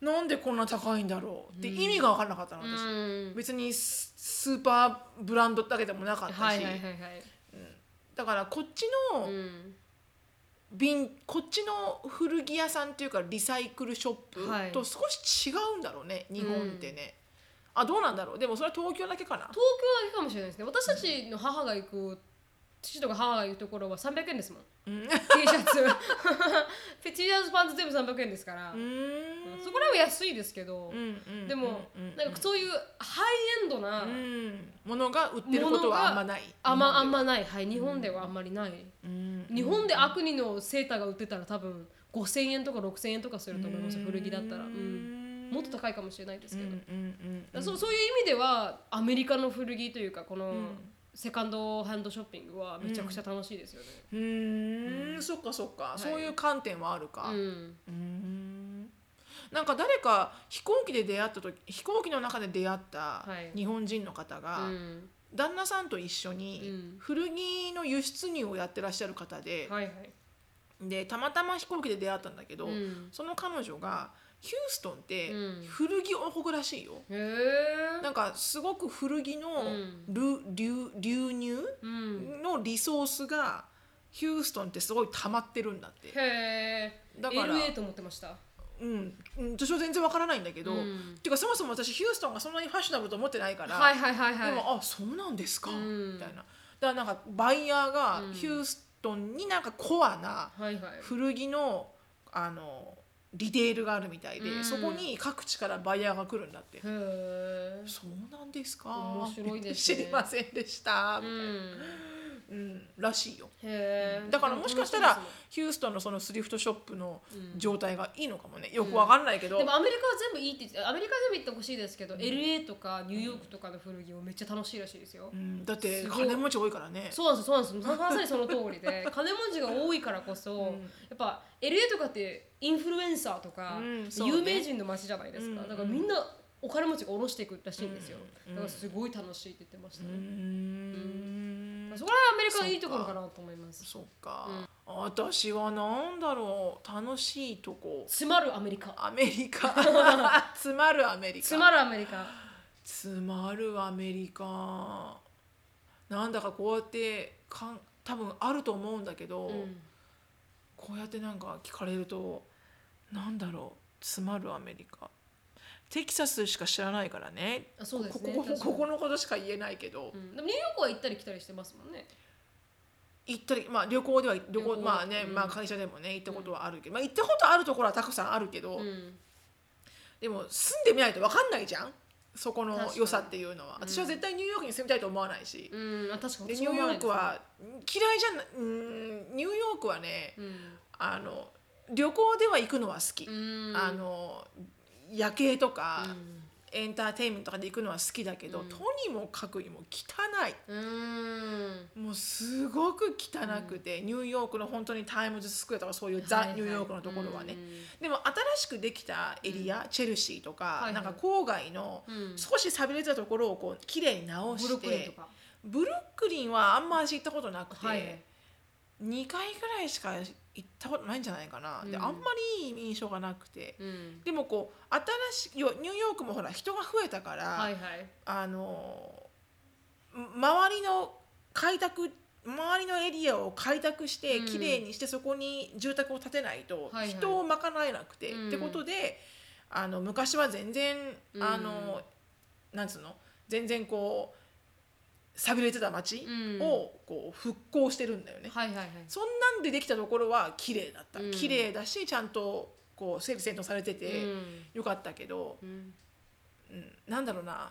なんでこんな高いんだろうって意味が分からなかったの私、うん別にススーパーブランドだけでもなかったし、はいはいはいはい。だからこっちのうん瓶、こっちの古着屋さんっていうかリサイクルショッはいプと少し違うんだろうね日本ってね、あどうなんだろうでもそれは東京だけかな東京だけかもしれないですね。私たちの母が行く父とか母が言うところは300円ですもん T シャ ツ T シャツパンツ全部300円ですから、うんそこらは安いですけど、うんでも、うんなんかそういうハイエンドな、うんものが売ってることはあんまないあんまあんまないはい日本ではあんまりない、うん日本でアクニのセーターが売ってたら多分5000円とか6000円とかすると思います古着だったら、うん、もっと高いかもしれないですうんけうど、んうんだからそうそういう意味ではアメリカの古着というかこのんセカンドハンドショッピングはめちゃくちゃ楽しいですよね。うーんそっかそっか、いそういう観点はあるか、うんうーんなんか誰か飛行機で出会った時飛行機の中で出会ったはい日本人の方が、うん旦那さんと一緒うにん古着の輸出入をやってらっしゃる方で,、はいはい。でたまたま飛行機で出会ったんだけど、うんその彼女がヒューストンってうん古着王国らしいよ。へえ。なんかすごく古着のうん流流流入うん。のリソースがヒューストンってすごい溜まってるんだってへえ。だから LA と思ってました。うん、うん私は全然わからないんだけど、うんていうかそもそも私ヒューストンがそんなにファッショナブルと思ってないから、はいはいはいはい。でもあそうなんですか、うんみたいなだからなんかバイヤーがうんヒューストンになんかコアなはいはい。古着のあのリテールがあるみたいで、うんそこに各地からバイヤーが来るんだって、へえ。そうなんですか面白いですね知りませんでしたうみたいな、ん。うんらしいよへえ。だからもしかしたらでもヒューストンのそのスリフトショップのうん状態がいいのかもね、よくわかんないけど、でもアメリカは全部いいって言ってアメリカは全部行ってほしいですけど、LA とかニューヨークとかの古着をめっちゃ楽しいらしいですよ。うん、だってすごい金持ち多いからねそうなんですよそうなんですよまさにその通りで金持ちが多いからこそ、やっぱ LA とかってインフルエンサーとか、うんそうね有名人の街じゃないですか、うんだからみんなお金持ちが下ろしていくらしいんですよ、うんだからすごい楽しいって言ってましたうね、んそこら辺アメリカのいいところかなと思いますそっか、私はなんだろう楽しいとこ詰まるアメリカアメ リカ詰まるアメリカ詰まるアメリカ詰まるアメリカなんだかこうやってかん多分あると思うんだけど、うんこうやってなんか聞かれるとなんだろう詰まるアメリカテキサスしか知らないからねあそうですねこここ確かにここのことしか言えないけど、うんでもニューヨークは行ったり来たりしてますもんね行ったり、まあ、旅行では旅行旅行まあね、うんまあ、会社でもね行ったことはあるけど、まあ、行ったことあるところはたくさんあるけど、うんでも住んでみないと分かんないじゃんそこの確かに良さっていうのは私は絶対ニューヨークに住みたいと思わないし、うんあ確かにで私ニもュー思ヨわないーですクは嫌いじゃなうんニューヨークはねうんあの旅行では行くのは好き、うんあの夜景とか、うんエンターテインメントとかで行くのは好きだけど、うんとにもかくにも汚い。うんもうすごく汚くて、ニューヨークの本当にタイムズスクエアとかそういうはザ・いはいニューヨークのところはね、うんでも新しくできたエリア、チェルシーとか、いはいなんか郊外のうん少し寂れてたところをこう綺麗に直ブしロッてクリンとかブルックリンはあんま私行ったことなくて、はい2回ぐらいしか行ったことないんじゃないかな、でうあんんまりいい印象がなくて、うんでもこう新しいよニューヨークもほら人が増えたから、はいはいあの周りの開拓周りのエリアを開拓してうんきれいにしてそこに住宅を建てないとはいはい人を賄えなくて、うんってことであの昔は全然うんあの、なんつうの全然こう寂れてた町うんをこう復興してるんだよね。はいはいはいそんなんでできたところは綺麗だった、うん綺麗だしちゃんとこう整備整頓されててよかったけど、うんうん、なんだろうな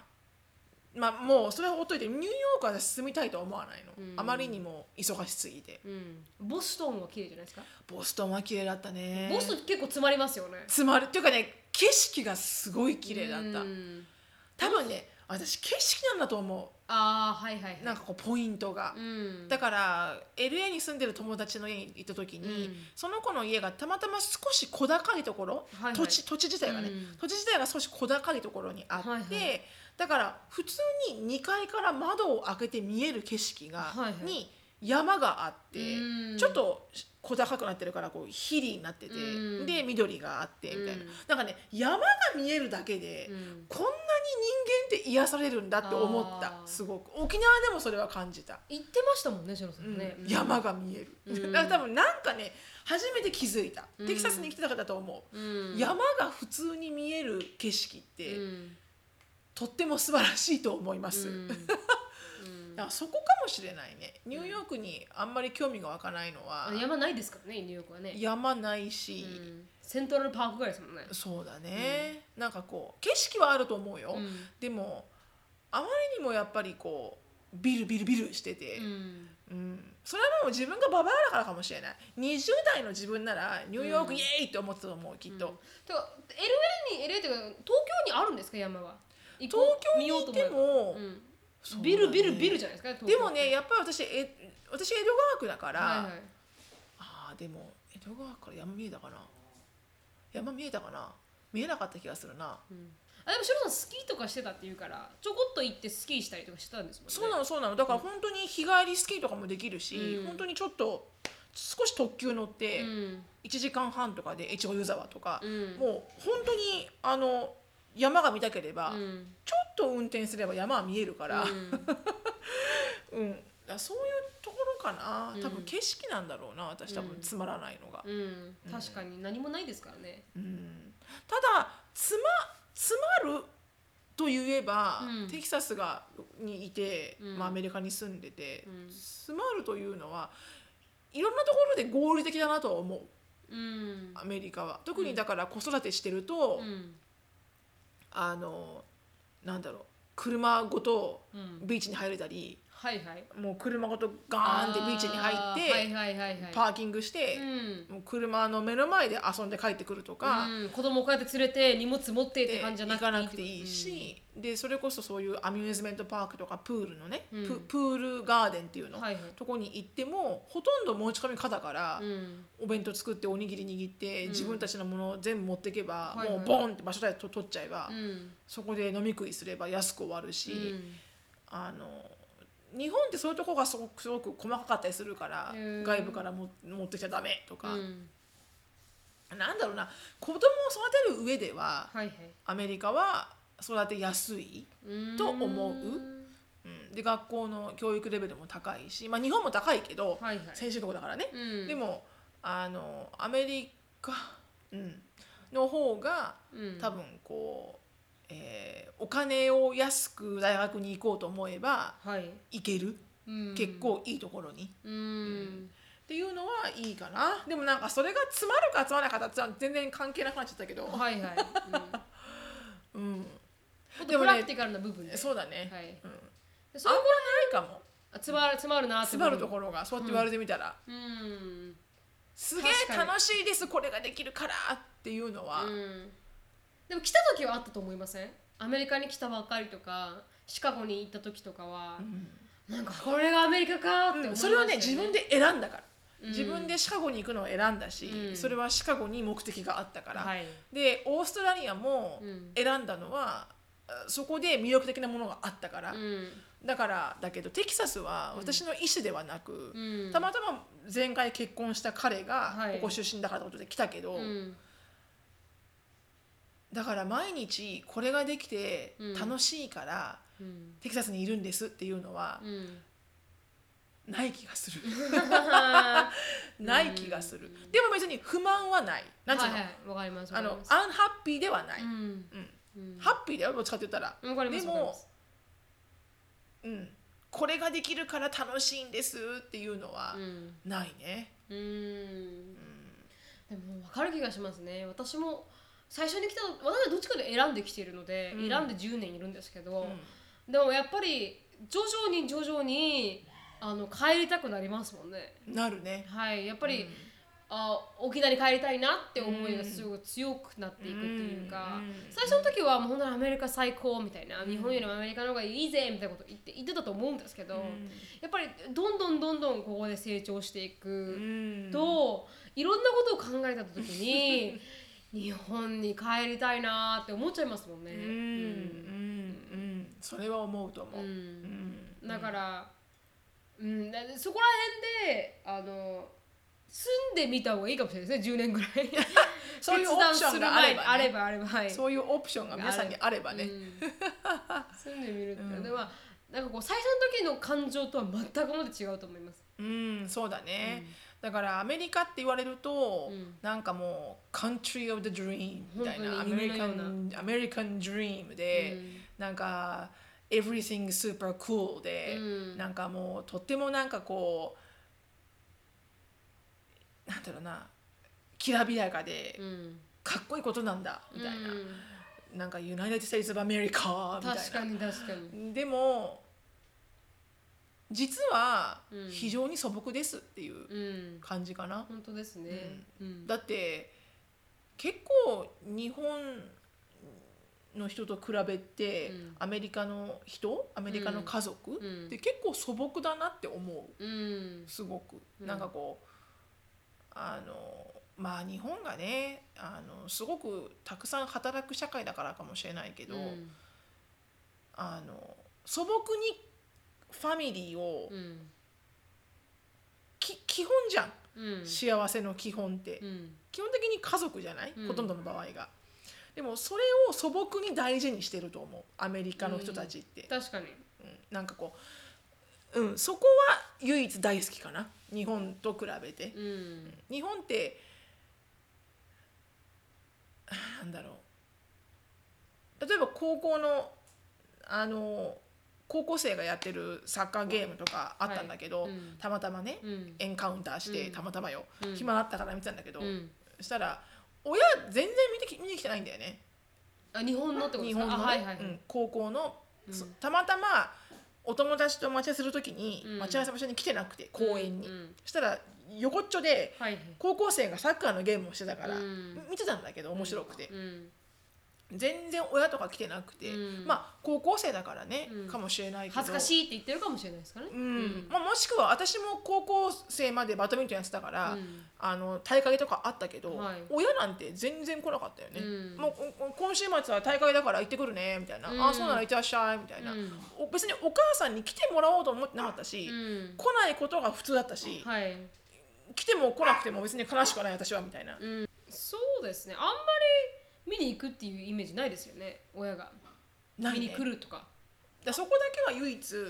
まあもうそれは置いといてニューヨークは私住みたいとは思わないの、うんあまりにも忙しすぎてうんボストンは綺麗じゃないですかボストンは綺麗だったねボストン結構詰まりますよねつまるっていうかね景色がすごい綺麗だった、うん多分ね私景色なんだと思ああはいはいはいうなんかこうポイントが、うんだから LA に住んでる友達の家に行った時に、うんその子の家がたまたま少し小高いところ、はいはい土地土地自体がね、うん土地自体が少し小高いところにあって、はいはいだから普通に2階から窓を開けて見える景色が、はいはいに山があって、うんちょっと小高くなってるからこうヒリになってて、うんで緑があってみたいな、うんなんかね山が見えるだけで、うんこんなに人間って癒されるんだって思ったあーすごく沖縄でもそれは感じた、行ってましたもんねシロさうんんね山が見える、うんだから多分なんかね初めて気づいた、うんテキサスに来てた方だと思う、うん山が普通に見える景色って、うん とっても素晴らしいと思います、うんうんだからそこかもしれないねニューヨークにあんまり興味が湧かないのはあ山ないですからねニューヨークはね、山ないうんし、セントラルパークぐらいですもんね、そうだね、なんかこう景色はあると思うよ、うんでもあまりにもやっぱりこうビルビルビルしてて、うんうん、それはもう自分がババアだからかもしれない20代の自分ならニューヨークイエーイって思ってたと思うきっと、てか LA に LA っていうか東京にあるんですか山は東東京にいても、そうだねビルビルビルじゃないですか東で京もねやっぱり私え私江戸川区だから、はいはいあーでも江戸川区から山見えたかな山見えたかな見えなかった気がするな、あでもシロさんスキーとかしてたっていうからちょこっと行ってスキーしたりとかしてたんですもんねそうなのそうなのだから本当に日帰りスキーとかもできるし、うん本当にちょっと少し特急乗ってうん1時間半とかで越後湯沢とか、うんもう本当にあの山が見たければ、うんちょっと運転すれば山は見えるから、うんうんだからそういうところかなうん多分景色なんだろうな私多分うんつまらないのが、うん確かに何もないですからねうんただつまつまると言えば、うんテキサスがにいて、うんまあ、アメリカに住んでて、うんつまるというのはいろんなところで合理的だなとは思ううんアメリカは特にだから子育てしてると、うんあのなんだろう車ごとうんビーチに入れたり、はいはいもう車ごとガーンってビーチに入あっーて、はいはいはいはいパーキングして、うんもう車の目の前で遊んで帰ってくるとか、うん、子供をこうやって連れて荷物持ってっでて感じじゃな行くていかいなくていい、し、でそれこそそういうアミューズメントパークとかプールのね、うんププールガーデンっていううんの、はいはい、とこに行ってもほとんど持ち込み肩から、うんお弁当作っておにぎり握って、うん自分たちのものを全部持ってけば、はいはいもうボンって場所代と取っちゃえば、うんそこで飲み食いすれば安く終わるし、うんあの日本ってそういうとこがすごくすごく細かかったりするからへー外部からも持ってきちゃダメとか、うんなんだろうな子供を育てる上でははいはい、アメリカは育てやすい、うんと思ううん、で学校の教育レベルも高いし、まあ、日本も高いけど、はいはい、先進国だからね、うん、でもあのアメリカ、うん、の方がうん、多分こう、えーお金を安く大学に行こうと思えばはい、行ける、うん、結構いいところに。うん、っていうのはいいかなでもなんかそれが詰まるか詰まらないかって全然関係なくなっちゃったけどはいはい、うん、もっうんと でプもねラクティカルな部分でそうだね、はいうん、でそれがないかもあ詰まる詰まるなって詰まるところがそうやって言われてみたら、ろうんすげえ確かに楽しいですこれができるからっていうのは、うんでも来た時はあったと思いませんアメリカに来たばっかりとかシカゴに行った時とかは、なんかこれがアメリカかって思いましたそよれはね自分で選んだから、うん自分でシカゴに行くのを選んだし、うんそれはシカゴに目的があったから、はいでオーストラリアもうん選んだのは、あそこで魅力的なものがあったから、うだからだけどテキサスは私の意思ではなく、んうん、たまたま前回結婚した彼がはいここ出身だからってことで来たけど、うんだから毎日これができてうん楽しいからうんテキサスにいるんですっていうのはうんない気がする、は ない気がするでも別に不満はないいはなんていうの,、いわかりますあのアわンかりますハッピーではない、うんうんうんハッピーだよどっちかって言ったら、わかりますでわかりもます、うん、これができるから楽しいんですっていうのはうんないね、うんでもわかる気がしますね私も最初に来たの私はどっちかで選んできているので、うん選んで10年いるんですけど、うんでもやっぱり徐々に徐々にあの帰りたくなりますもんねなるねはいやっぱり、あ沖縄に帰りたいなって思いがすごい強くなっていくっていうか、うん最初の時はもう本当にアメリカ最高みたいな、日本よりもアメリカの方がいいぜみたいなこと言って言ってたと思うんですけど、んやっぱりどんどんどんどんここで成長していくんと、いろんなことを考えた時 に日本に帰りたいなって思っちゃいますもんね。うんうんうんそれは思うと思うう、うんんうんだから、うん、だそこら辺であの住んでみた方がいいかもしれないですね10年ぐらい そういうオプションがあ決断する前ればねにあればあればはいそういうオプションが皆さんにあればね、うん住んでみるっていうのは、でまあなんかこう最初の時の感情とは全くもって違うと思いますうんそうだね、だからアメリカって言われると、うんなんかもう「Country of the Dream」みたいなア本当メにリカ夢のようンアメリカン・ドリームで、うんなんか everything super cool で、なんかもうとってもなんかこうなんだろうなきらびやかでうんかっこいいことなんだみたいな、うんなんか United States of America みたいな確かに確かにでも実はうん非常に素朴ですっていううん感じかな、本当ですねうんだって結構日本の人と比べて、うんアメリカの人アメリカの家族、うんって結構素朴だなって思ううんすごく、うんなんかこうあのまあ日本がねあのすごくたくさん働く社会だからかもしれないけど、うんあの素朴にファミリーを、うんき基本じゃん、うん幸せの基本って、うん基本的に家族じゃない、うんほとんどの場合がでもそれを素朴に大事にしてると思うアメリカの人たちって、確かにうんなんかこう、うん、そこは唯一大好きかな日本と比べて、うん日本ってあなんだろう例えば高校のあの高校生がやってるサッカーゲームとかあったんだけど、はいうんたまたまね、うんエンカウンターして、うんたまたまよ、うん暇だったから見てたんだけど、うんそしたら親全然見てき見に来てないんだよねあ日本のってことで日すか本のあはね、いはいはういん高校の、うんそたまたまお友達と待ち合わせするときに、うん待ち合わせ場所に来てなくて公園に、うんそしたら横っちょではいはい高校生がサッカーのゲームをしてたから、うん見てたんだけど面白くて、うん全然親とか来てなくて、うんまあ高校生だからね、うんかもしれないけど恥ずかい、しいって言ってるかもしれないですからねうんまあ、もしくは私も高校生までバドミントンやってたから、うんあの大会とかあったけど、はい親なんて全然来なかったよね、うんもうこ今週末は大会だから行ってくるねみたいな、うんあそうなら行ってらっしゃいみたいな、うんお別にお母さんに来てもらおうと思ってなかったし、うん来ないことが普通だったし、はい来ても来なくても別に悲しくはない私はみたいな、そうですねあんまり見に行くっていうイメージないですよね親がない見ねに来るとかだそこだけは唯一うん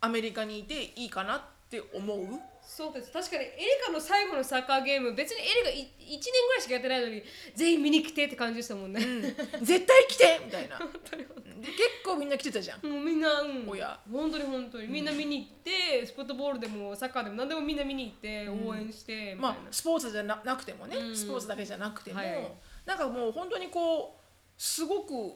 アメリカにいていいかなって思うそうです確かにエリカの最後のサッカーゲーム別にエリカい1年ぐらいしかやってないのに全員見に来てって感じでしたもんね、 絶対来てみたいなで結構みんな来てたじゃんもうみんな、うん、親本当に本当にみんな見に行って、スポットボールでもサッカーでも何でもみんな見に行って応援してみたいまあな、スポーツじゃななくてもね、うんスポーツだけじゃなくても、はいなんかもう本当にこうすごく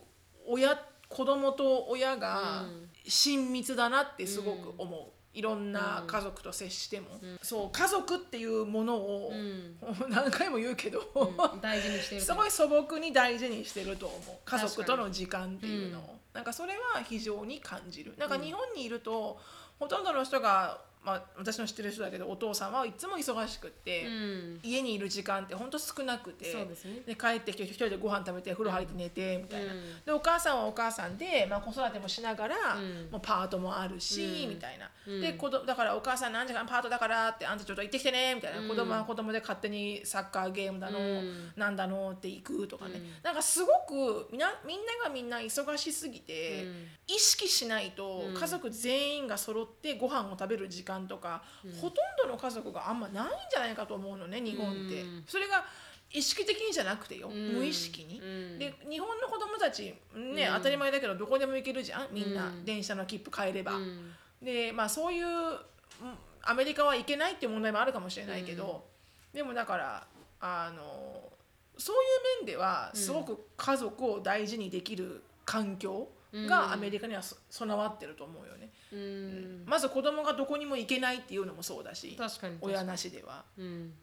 親子供と親がうん親密だなってすごく思う、いろんな家族と接しても、そう家族っていうものを、ん 何回も言うけど、うん大事にしてるすからごい素朴に大事にしてると思う家族との時間っていうのを、確なんかそれは非常に感じるなんか日本にいると、ほとんどの人が、まあ、私の知ってる人だけどお父さんはいつも忙しくって、うん家にいる時間ってほんと少なくてそうですねで帰ってきて一人でご飯食べて風呂入って寝てみたいな、うんでお母さんはお母さんで、まあ、子育てもしながら、うんもうパートもあるし、うんみたいな、うんで子供だからお母さん何時間パートだからってあんたちょっと行ってきてねみたいな、うん子供は子供で勝手にサッカーゲームだの、うんなんだのって行くとかね、うんなんかすごくみなみんながみんな忙しすぎて、うん意識しないとうん家族全員が揃ってご飯を食べる時間とか、ほとんどの家族があんまないんじゃないかと思うのね日本って、うんそれが意識的にじゃなくてよ、無意識に。うんで日本の子供たちね、うん当たり前だけどどこでも行けるじゃんみんな、うん電車の切符買えれば、うんでまあそういううんアメリカは行けないっていう問題もあるかもしれないけど、でもだからあのそういう面ではすごく家族を大事にできる環境うんがアメリカにはそ備わってると思うよね、うんまず子供がどこにも行けないっていうのもそうだし確かに親なしでは、うん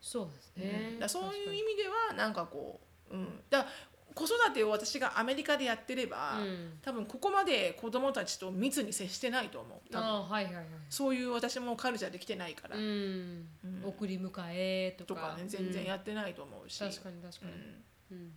そうですうんねだそういう意味ではなんかこう、うん、だ子育てを私がアメリカでやってれば、うん多分ここまで子供たちと密に接してないと思う多分ああーはいはいはいそういう私もカルチャーできてないから、うん送り迎えととかかね全然やってないと思うし、うん確かに確かにうんうん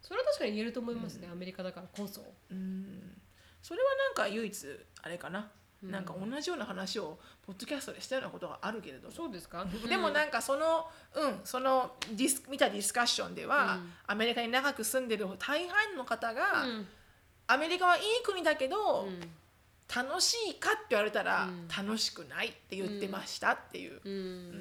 それは確かに言えると思いますねアメリカだからこそうんそれはなんか唯一あれかな、なんか同じような話をポッドキャストでしたようなことがあるけれどもそうですかでもなんかそのうんそのディス見たディスカッションでは、うんアメリカに長く住んでる大半の方が、うんアメリカはいい国だけど、うん楽しいかって言われたら、うん楽しくないって言ってましたっていう、う、うんん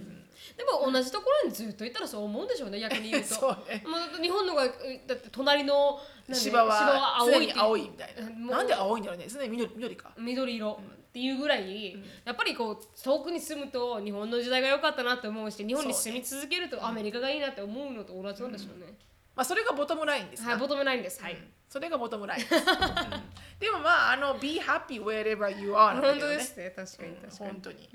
でも同じところにずっといたらそう思うんでしょうね逆に言うと そうねもうだって日本のがえだって隣のなんで芝は青常いっにて青いみたいうんもうななんで青いんだろうね常に緑緑か緑色っていうぐらい、んやっぱりこう遠くに住むと日本の時代が良かったなって思うし日本にそう住ねみ続けるとアメリカがいいなって思うのと同じなんでしょうね、まあそれがボトムラインですはいな求めないんですはい、それがボトムラインです、うんでもまああの「be happy wherever you are」なんだ本け当どでねすね確かに確かに、本当に、い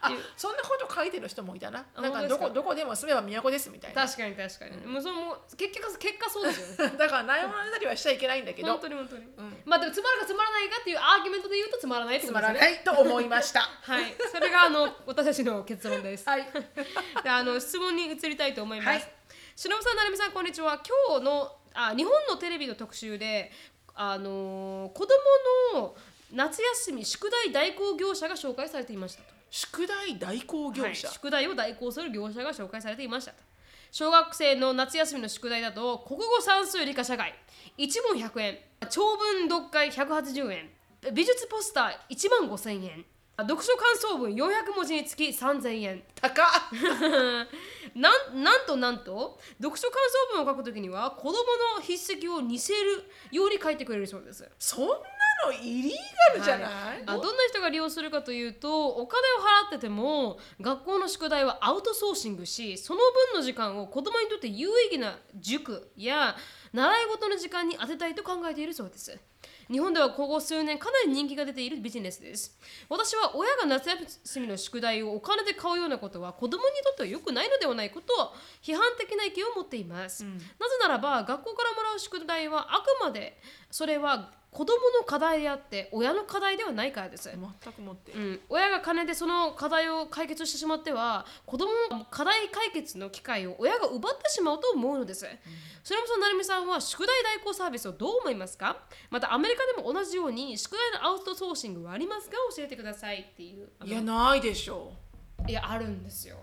あやそんなこと書いてる人もいたなあなん本当かですどかこどこでも住めば都ですみたいな確かに確かに、もうそれも結局結果そうですよねだからないものねだりはしちゃいけないんだけ本ど当に本当に、まあでもつまらかつまらないかっていうアーギュメントで言うとつまらないってつこまとですらねないと思いましたはい、それがあの私たちの結論 です。はいで、あの質問に移りたいと思います。はいしのぶさん、なるみさん、こんにちは。今日のあ日本のテレビの特集で、あのー子供の夏休み宿題代行業者が紹介されていましたと。宿題代行業者、はい宿題を代行する業者が紹介されていましたと小学生の夏休みの宿題だと国語算数理科社会1問100円長文読解180円美術ポスター1万5000円読書感想文400文字につき3000円高っなんなんとなんと読書感想文を書くときには子どもの筆跡を似せるように書いてくれるそうですそんなのイリーガルじゃない、あどんな人が利用するかというとお金を払ってても学校の宿題はアウトソーシングしその分の時間を子供にとって有意義な塾や習い事の時間に当てたいと考えているそうです日本ではここ数年かなり人気が出ているビジネスです私は親が夏休みの宿題をお金で買うようなことは子供にとっては良くないのではないかと批判的な意見を持っています、なぜならば学校からもらう宿題はあくまでそれは子供の課題であって親の課題ではないからです、全く持ってうん、親が金でその課題を解決してしまっては子供の課題解決の機会を親が奪ってしまうと思うのです、それもそなるみさんは宿題代行サービスをどう思いますかまたアメリカでも同じように宿題のアウトソーシングはありますか教えてくださいっていうあのいやないでしょういやあるんですよ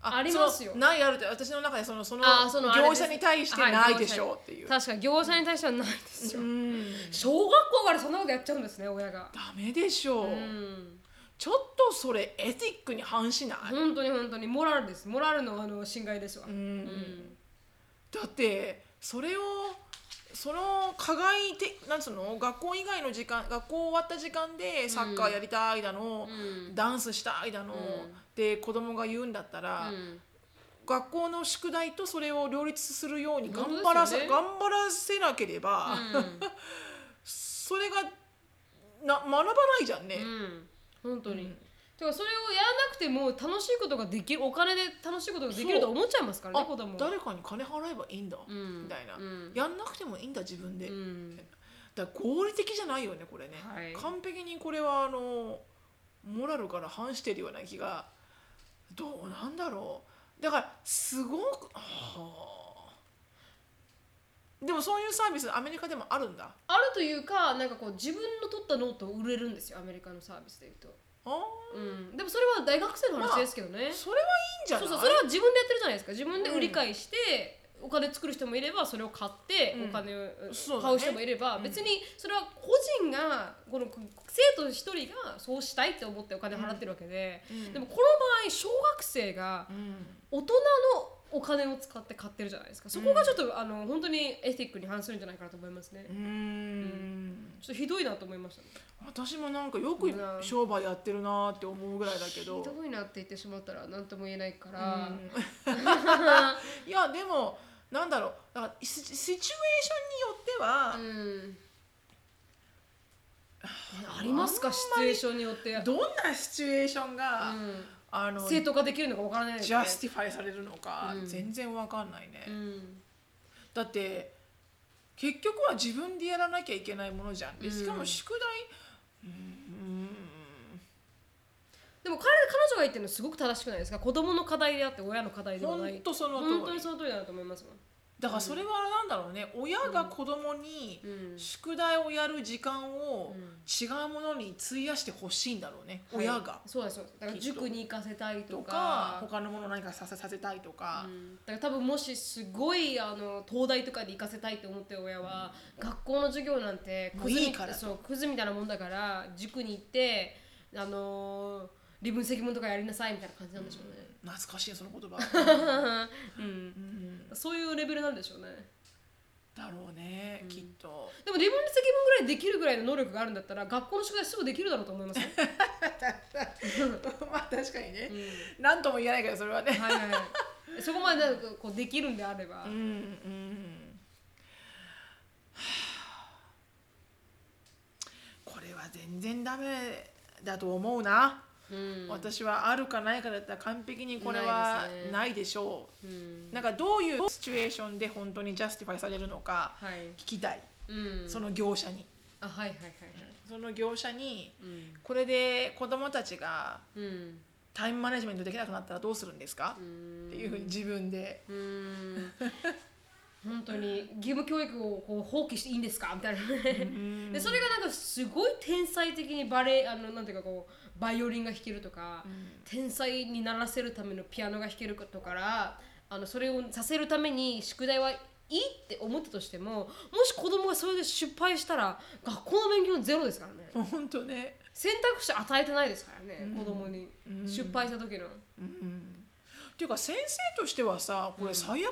ありますよそのないあるって私の中でそのそのあーそのあれ業です者に対してはいないでしょうっていう、確かに業者に対してはないですよ、うん小学校からそんなことやっちゃうんですね親がダメでしょう、うんちょっとそれエティックに反しない、本当に本当にモラルですモラルのあの侵害ですわ、うんうんだってそれをその課外てなんつうの学校以外の時間学校終わった時間でサッカーやりたいだの、うんダンスしたいだの、うんで子供が言うんだったら、学校の宿題とそれを両立するように本当ですよね頑張らせ、頑張らせなければ、う それがな学ばないじゃんね。んうん本当に、うんてかそれをやらなくても楽しいことができるお金で楽しいことができると思っちゃいますからあね子供は誰かに金払えばいいんだ、うんみたいな、うんやんなくてもいいんだ自分で、うんだから合理的じゃないよねこれね、はい完璧にこれはあのモラルから反してるような気がどうなんだろうだからすごくはあでもそういうサービスアメリカでもあるんだあるというかなんかこう自分の取ったノートを売れるんですよアメリカのサービスでいうと、あうん、でもそれは大学生のま話あですけどね、ーそれはいいんじゃなそいそううそれは自分でやってるじゃないですか自分で売り買いして、お金作る人もいればそれを買ってうんお金をそうだ買ねう人もいれば、うん別にそれは個人がこの生徒一人がそうしたいって思ってお金払ってるわけで、うんでもこの場合小学生がうん大人のお金を使って買ってるじゃないですかそこがちょっと、あの本当にエティックに反するんじゃないかなと思いますね、うーんちょっとひどいなと思いましたね私もなんかよくうん商売やってるなーって思うぐらいだけどひどいなって言ってしまったら何とも言えないから、 いやでもなんだろうだからシシチュエーションによっては、うんありますかシチュエーションによって、どんなシチュエーションが、うあのん、正当化できるのかわからないですジねャスティファイされるのか、うん全然わかんないね、うんだって結局は自分でやらなきゃいけないものじゃんでしかうんも宿題うんでも彼彼女が言ってるのすごく正しくないですか子供の課題であって親の課題では本な当、ほいんとその本通当りにその通りだなと思いますもんだからそれはあれなんだろうね親が子供にうん宿題をやる時間をうん違うものに費やしてほしいんだろうね、はい親が。そうですそうですだから塾に行かせたいととかか他のもの何かさせさせたいとか、うんだから多分もしすごいあの東大とかで行かせたいと思ってる親は、学校の授業なんてもうクズみいいからそうクズみたいなもんだから塾に行ってあのー理分積分とかやりなさいみたいな感じなんでしょうね、懐かしいその言葉、 うんうん、そういうレベルなんでしょうねだろうね、きっ とでも理分積分ぐらいできるぐらいの能力があるんだったら学校の宿題すぐできるだろうと思い ますよ、まあ確かにねう、んなんとも言えないけどそれはねはいはいそこまでなんかこうできるんであれば、うんうん はあこれは全然ダメだと思うな、うん私はあるかないかだったら完璧にこれないはですねないでしょううんなんかどういうシチュエーションで本当にジャスティファイされるのかはい、聞きたい、うん、その業者にあはいはいはいその業者にはいこれで子供たちがうんうんタイムマネジメントできなくなったらどうするんですかう、んっていうふうに自分でうーん本当に義務教育をこう放棄していいんですかみたいなねでそれがなんかすごい天才的にバレエあのなんていうかこうバイオリンが弾けるとか、天才にならせるためのピアノが弾けるとからあのそれをさせるために宿題はいいって思ったとしてももし子供がそれで失敗したら学校の勉強ゼロですからねもう本当ね選択肢与えてないですからね、子供に、失敗した時の、っていうか先生としてはさこれ最悪じゃ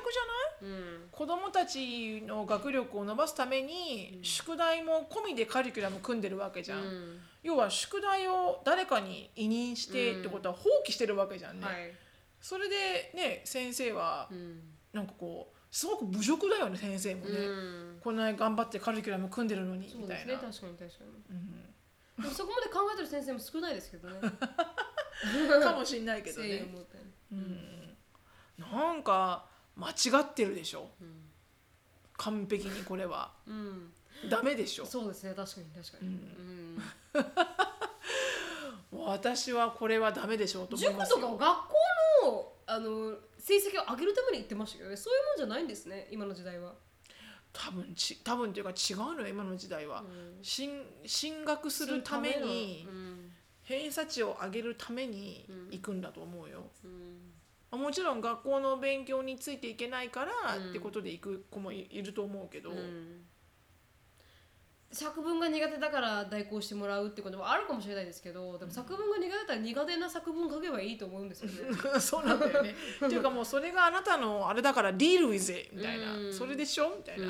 ない、うん、子どもたちの学力を伸ばすために宿題も込みでカリキュラム組んでるわけじゃん、うん要は宿題を誰かに委任してってことは放棄してるわけじゃんね、はい、それでね先生はうんなんかこうすごく侮辱だよね先生もね、うんこんなに頑張ってカリキュラム組んでるのにそみうたでいすなね確かに確かに、でもそこまで考えてる先生も少ないですけどね かもしんないけど誠意をね、持ってねなんか間違ってるでしょ、完璧にこれはうんダメでしょそうですね確かに確かに、うん私はこれはダメでしょうと思いま塾すとよかを学校のあの成績を上げるために行ってましたけどねそういうもんじゃないんですね今の時代は、多分ち多分というか違うのよ今の時代は、うん進進学するためにのうん偏差値を上げるためにうん行くんだと思うよ、うんまあもちろん学校の勉強についていけないからうんってことで行く子もいいると思うけど、うん作文が苦手だから代行してもらうってこともあるかもしれないですけどでも作文が苦手だったら苦手な作文書けばいいと思うんですよね そうなんだよねっていうかもうそれがあなたのあれだから「deal with it」みたいな、うんそれでしょみたいな、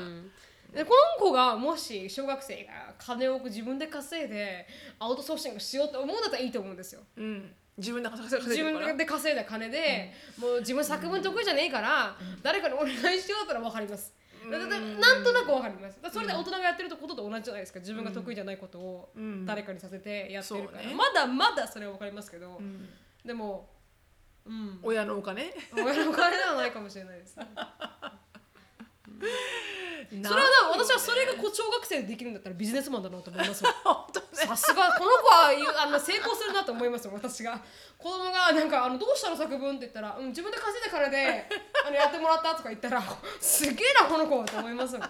でこの子がもし小学生が金を自分で稼いでアウトソーシングしようと思うんだったらいいと思うんですよ。うん自分で稼い自でるから分で稼いだ金で、もう自分作文得意じゃねえから、誰かにお願いしようだったら分かります。だだだなんとなく分かります。だそれで大人がやってることと同じじゃないですか自分が得意じゃないことをうん誰かにさせてやってるから、そうねまだまだそれは分かりますけど、うんでも、うん、親のお金親のお金ではないかもしれないですね。そそれはな私はそれがこう小学生でできるんだったらビジネスマンだなと思い ますよさすがこの子は言うあの成功するなと思いますよ私が子供がなんかあのどうしたの作文って言ったら、うん、自分で稼いだからであのやってもらったとか言ったら すげえなこの子と思いますよ、ね、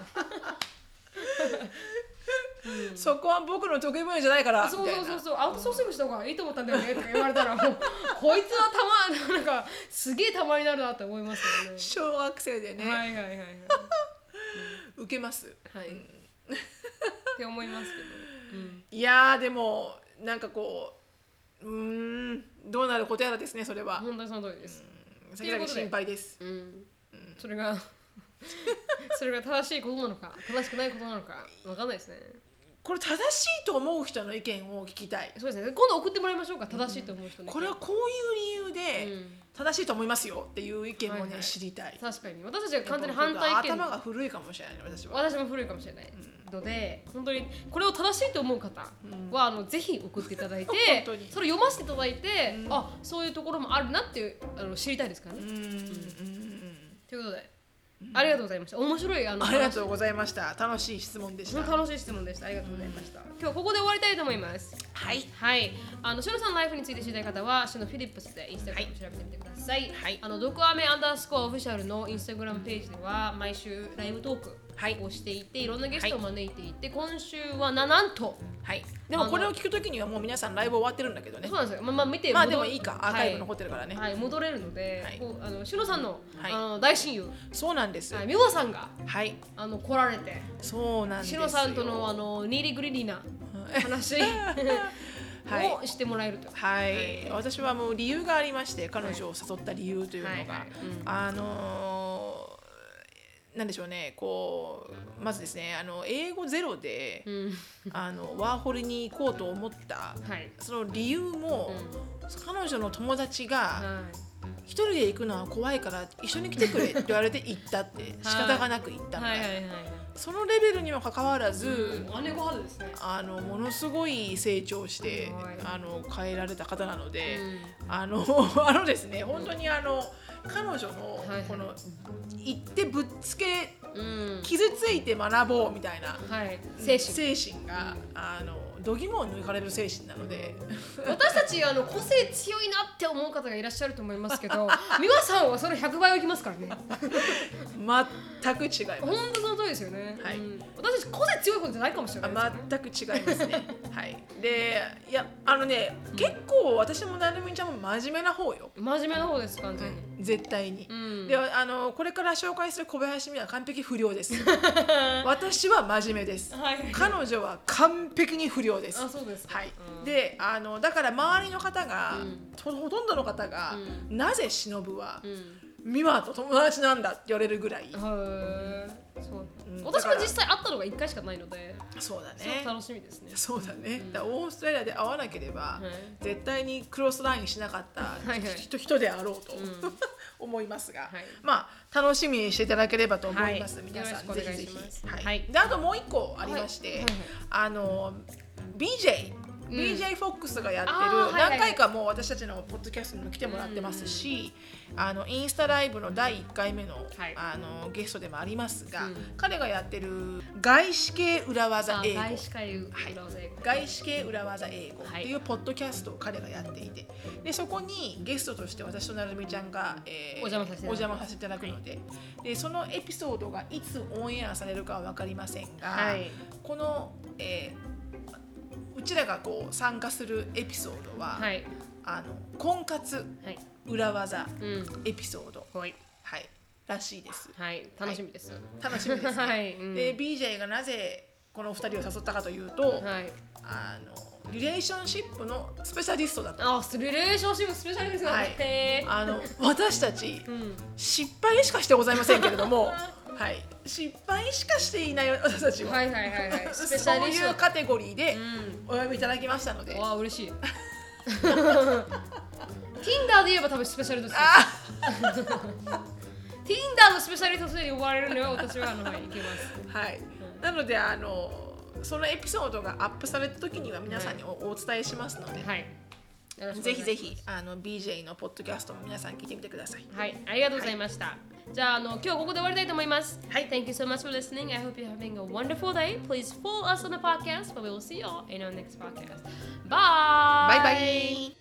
そこは僕の得意分野じゃないからみそうたいそなうそうそうアウトソーシングした方がいいと思ったんだよねとか言われ たらもうこいつはたまなんかすげえたまになるなと思いますよね小学生でね、はいはいはいはい受けますはいって思いますけど、うん、いやーでもなんかこううーんどうなることやらですねそれは、本当にその通りです、先々心配ですうん、それが それが正しいことなのか正しくないことなのかわかんないですねこれ正しいと思う人の意見を聞きたいそうですね今度送ってもらいましょうか正しいと思う人に、これはこういう理由で、うん正しいと思いますよっていう意見もね、はいはい知りたい確かに私たちが完全に反対意見頭が古いかもしれない私は私も古いかもしれないので、本当にこれを正しいと思う方は、あのぜひ送っていただいて 本当にそれを読ませていただいて、あそういうところもあるなっていうあの知りたいですからね、うんうんうんということでありがとうございました面白いあのありがとうございました楽しい質問でした本当楽しい質問でしたありがとうございました、今日はここで終わりたいと思いますはいはい、あのシュノさんのライフについて知りたい方は、シュノフィリップスでインスタグラム調べてみてください。はいあのドクアメアンダースコアオフィシャルのインスタグラムページでは、毎週ライブトークはいをしていて、い、ろんなゲストを招いていて、今週はななんと、はいでもこれを聞くときにはもう皆さんライブ終わってるんだけどねそうなんですよ。まあ、まあ、見てまあ戻でもいいかアーカイブ残ってるからね、はい、はい戻れるので、はいこうあのシュノさんの,、はいあの大親友、そうなんですは、はいい、ミワさんがあの来られて、そうなんですシュよノさんとのあのニーリグリリな 話はいをしてもらえると。はい、はい私はもう理由がありまして彼女を誘った理由というのが、はいはいうんあのーなんでしょうねこうまずですねあの英語ゼロで、うん、 あのワーホリに行こうと思ったはい。その理由も、彼女の友達がはい一人で行くのは怖いから一緒に来てくれって言われて行ったって仕方がなく行ったみたはいいなはいはいはい。そのレベルにもかかわらず、うん、姉御肌ですね。あのものすごい成長してすごいあの変えられた方なので、あの あのですね本当にあの彼女のはいこの言ってぶっつけうん。傷ついて学ぼうみたいなはい。精神。精神があの度肝を抜かれる精神なので私たちあの個性強いなって思う方がいらっしゃると思いますけ ど、美和さんはそれ100倍はいきますからね。全く違います。本当その通りですよね。はいうん私たち個性強いことじゃないかもしれないですよあね。全く違います ね。はい。で、いやあのね、結構私もなるみちゃんも真面目な方よ。真面目な方です完全に。絶対に。うん。であのこれから紹介する小林美は完璧不 良です私は真面目ですはい。彼女は完璧に不良ですあそうですか。はいうん、であのだから周りの方が、うんとほとんどの方が、なぜ忍はうん。美和と友達なんだって言われるぐらいはい。そう。うん私もだから実際会ったのが一回しかないので、そうだすごくね楽しみですね。そうだね、だからオーストラリアで会わなければ、はい。絶対にクロスラインしなかったはいはい人人であろうと、うん 思いますが、はいまあ楽しみにしていただければと思います、はい皆さんよぜろしくおひ願いぜしますひ、はいはいであともう一個ありまして、はいはいあの BJ うん BJ フォックスがやってあーはいるはいは何い回かもう私たちのポッドキャストにも来てもらってますし、あのインスタライブの第1回目の,、はいあのゲストでもありますが、うん彼がやってる外資系裏技あ英語外資会裏技英語。外資系裏技英語っていうポッドキャストを彼がやっていて、でそこにゲストとして私となるみちゃんが、えーお邪魔させていただくお邪魔させていただくので,、でそのエピソードがいつオンエアされるかは分かりませんが、はい。この、えーうちらがこう参加するエピソードは、はい。あの婚活はい。裏技うん。エピソード、はい。はい、らしいです。はい。楽しみです。楽しみです、ねはいうんで BJ がなぜこのお二人を誘ったかというと、はい。あのリレーションシップのスペシャリストだった。あ、リレーションシップスペシャルですよ。はいへーあの私たちうん。失敗しかしてございませんけれ ども、はい、失敗しかしていない私たちは、はいはいはい はい。スペシそャうリスいうト。カテゴリーでうお呼びいただきましたので、ん。わあ、嬉し い。Tinder で言えば多分スペシャルですよ。あ Tinder のスペシャリストとして呼ばれるのは私はあのはい行けます。はい、なのであのそのエピソードがアップされた時には皆さんにお,、お伝えしますので、はい。よろしくお願いしますぜひぜひあの BJ のポッドキャストも皆さん聞いてみてください。はい、ありがとうございました。じゃあ、あの今日はここで終わりたいと思います。はい Thank you so much for listening. I hope you're having a wonderful day. Please follow us on the podcast, but we will see you all in our next podcast. Bye! バイバイ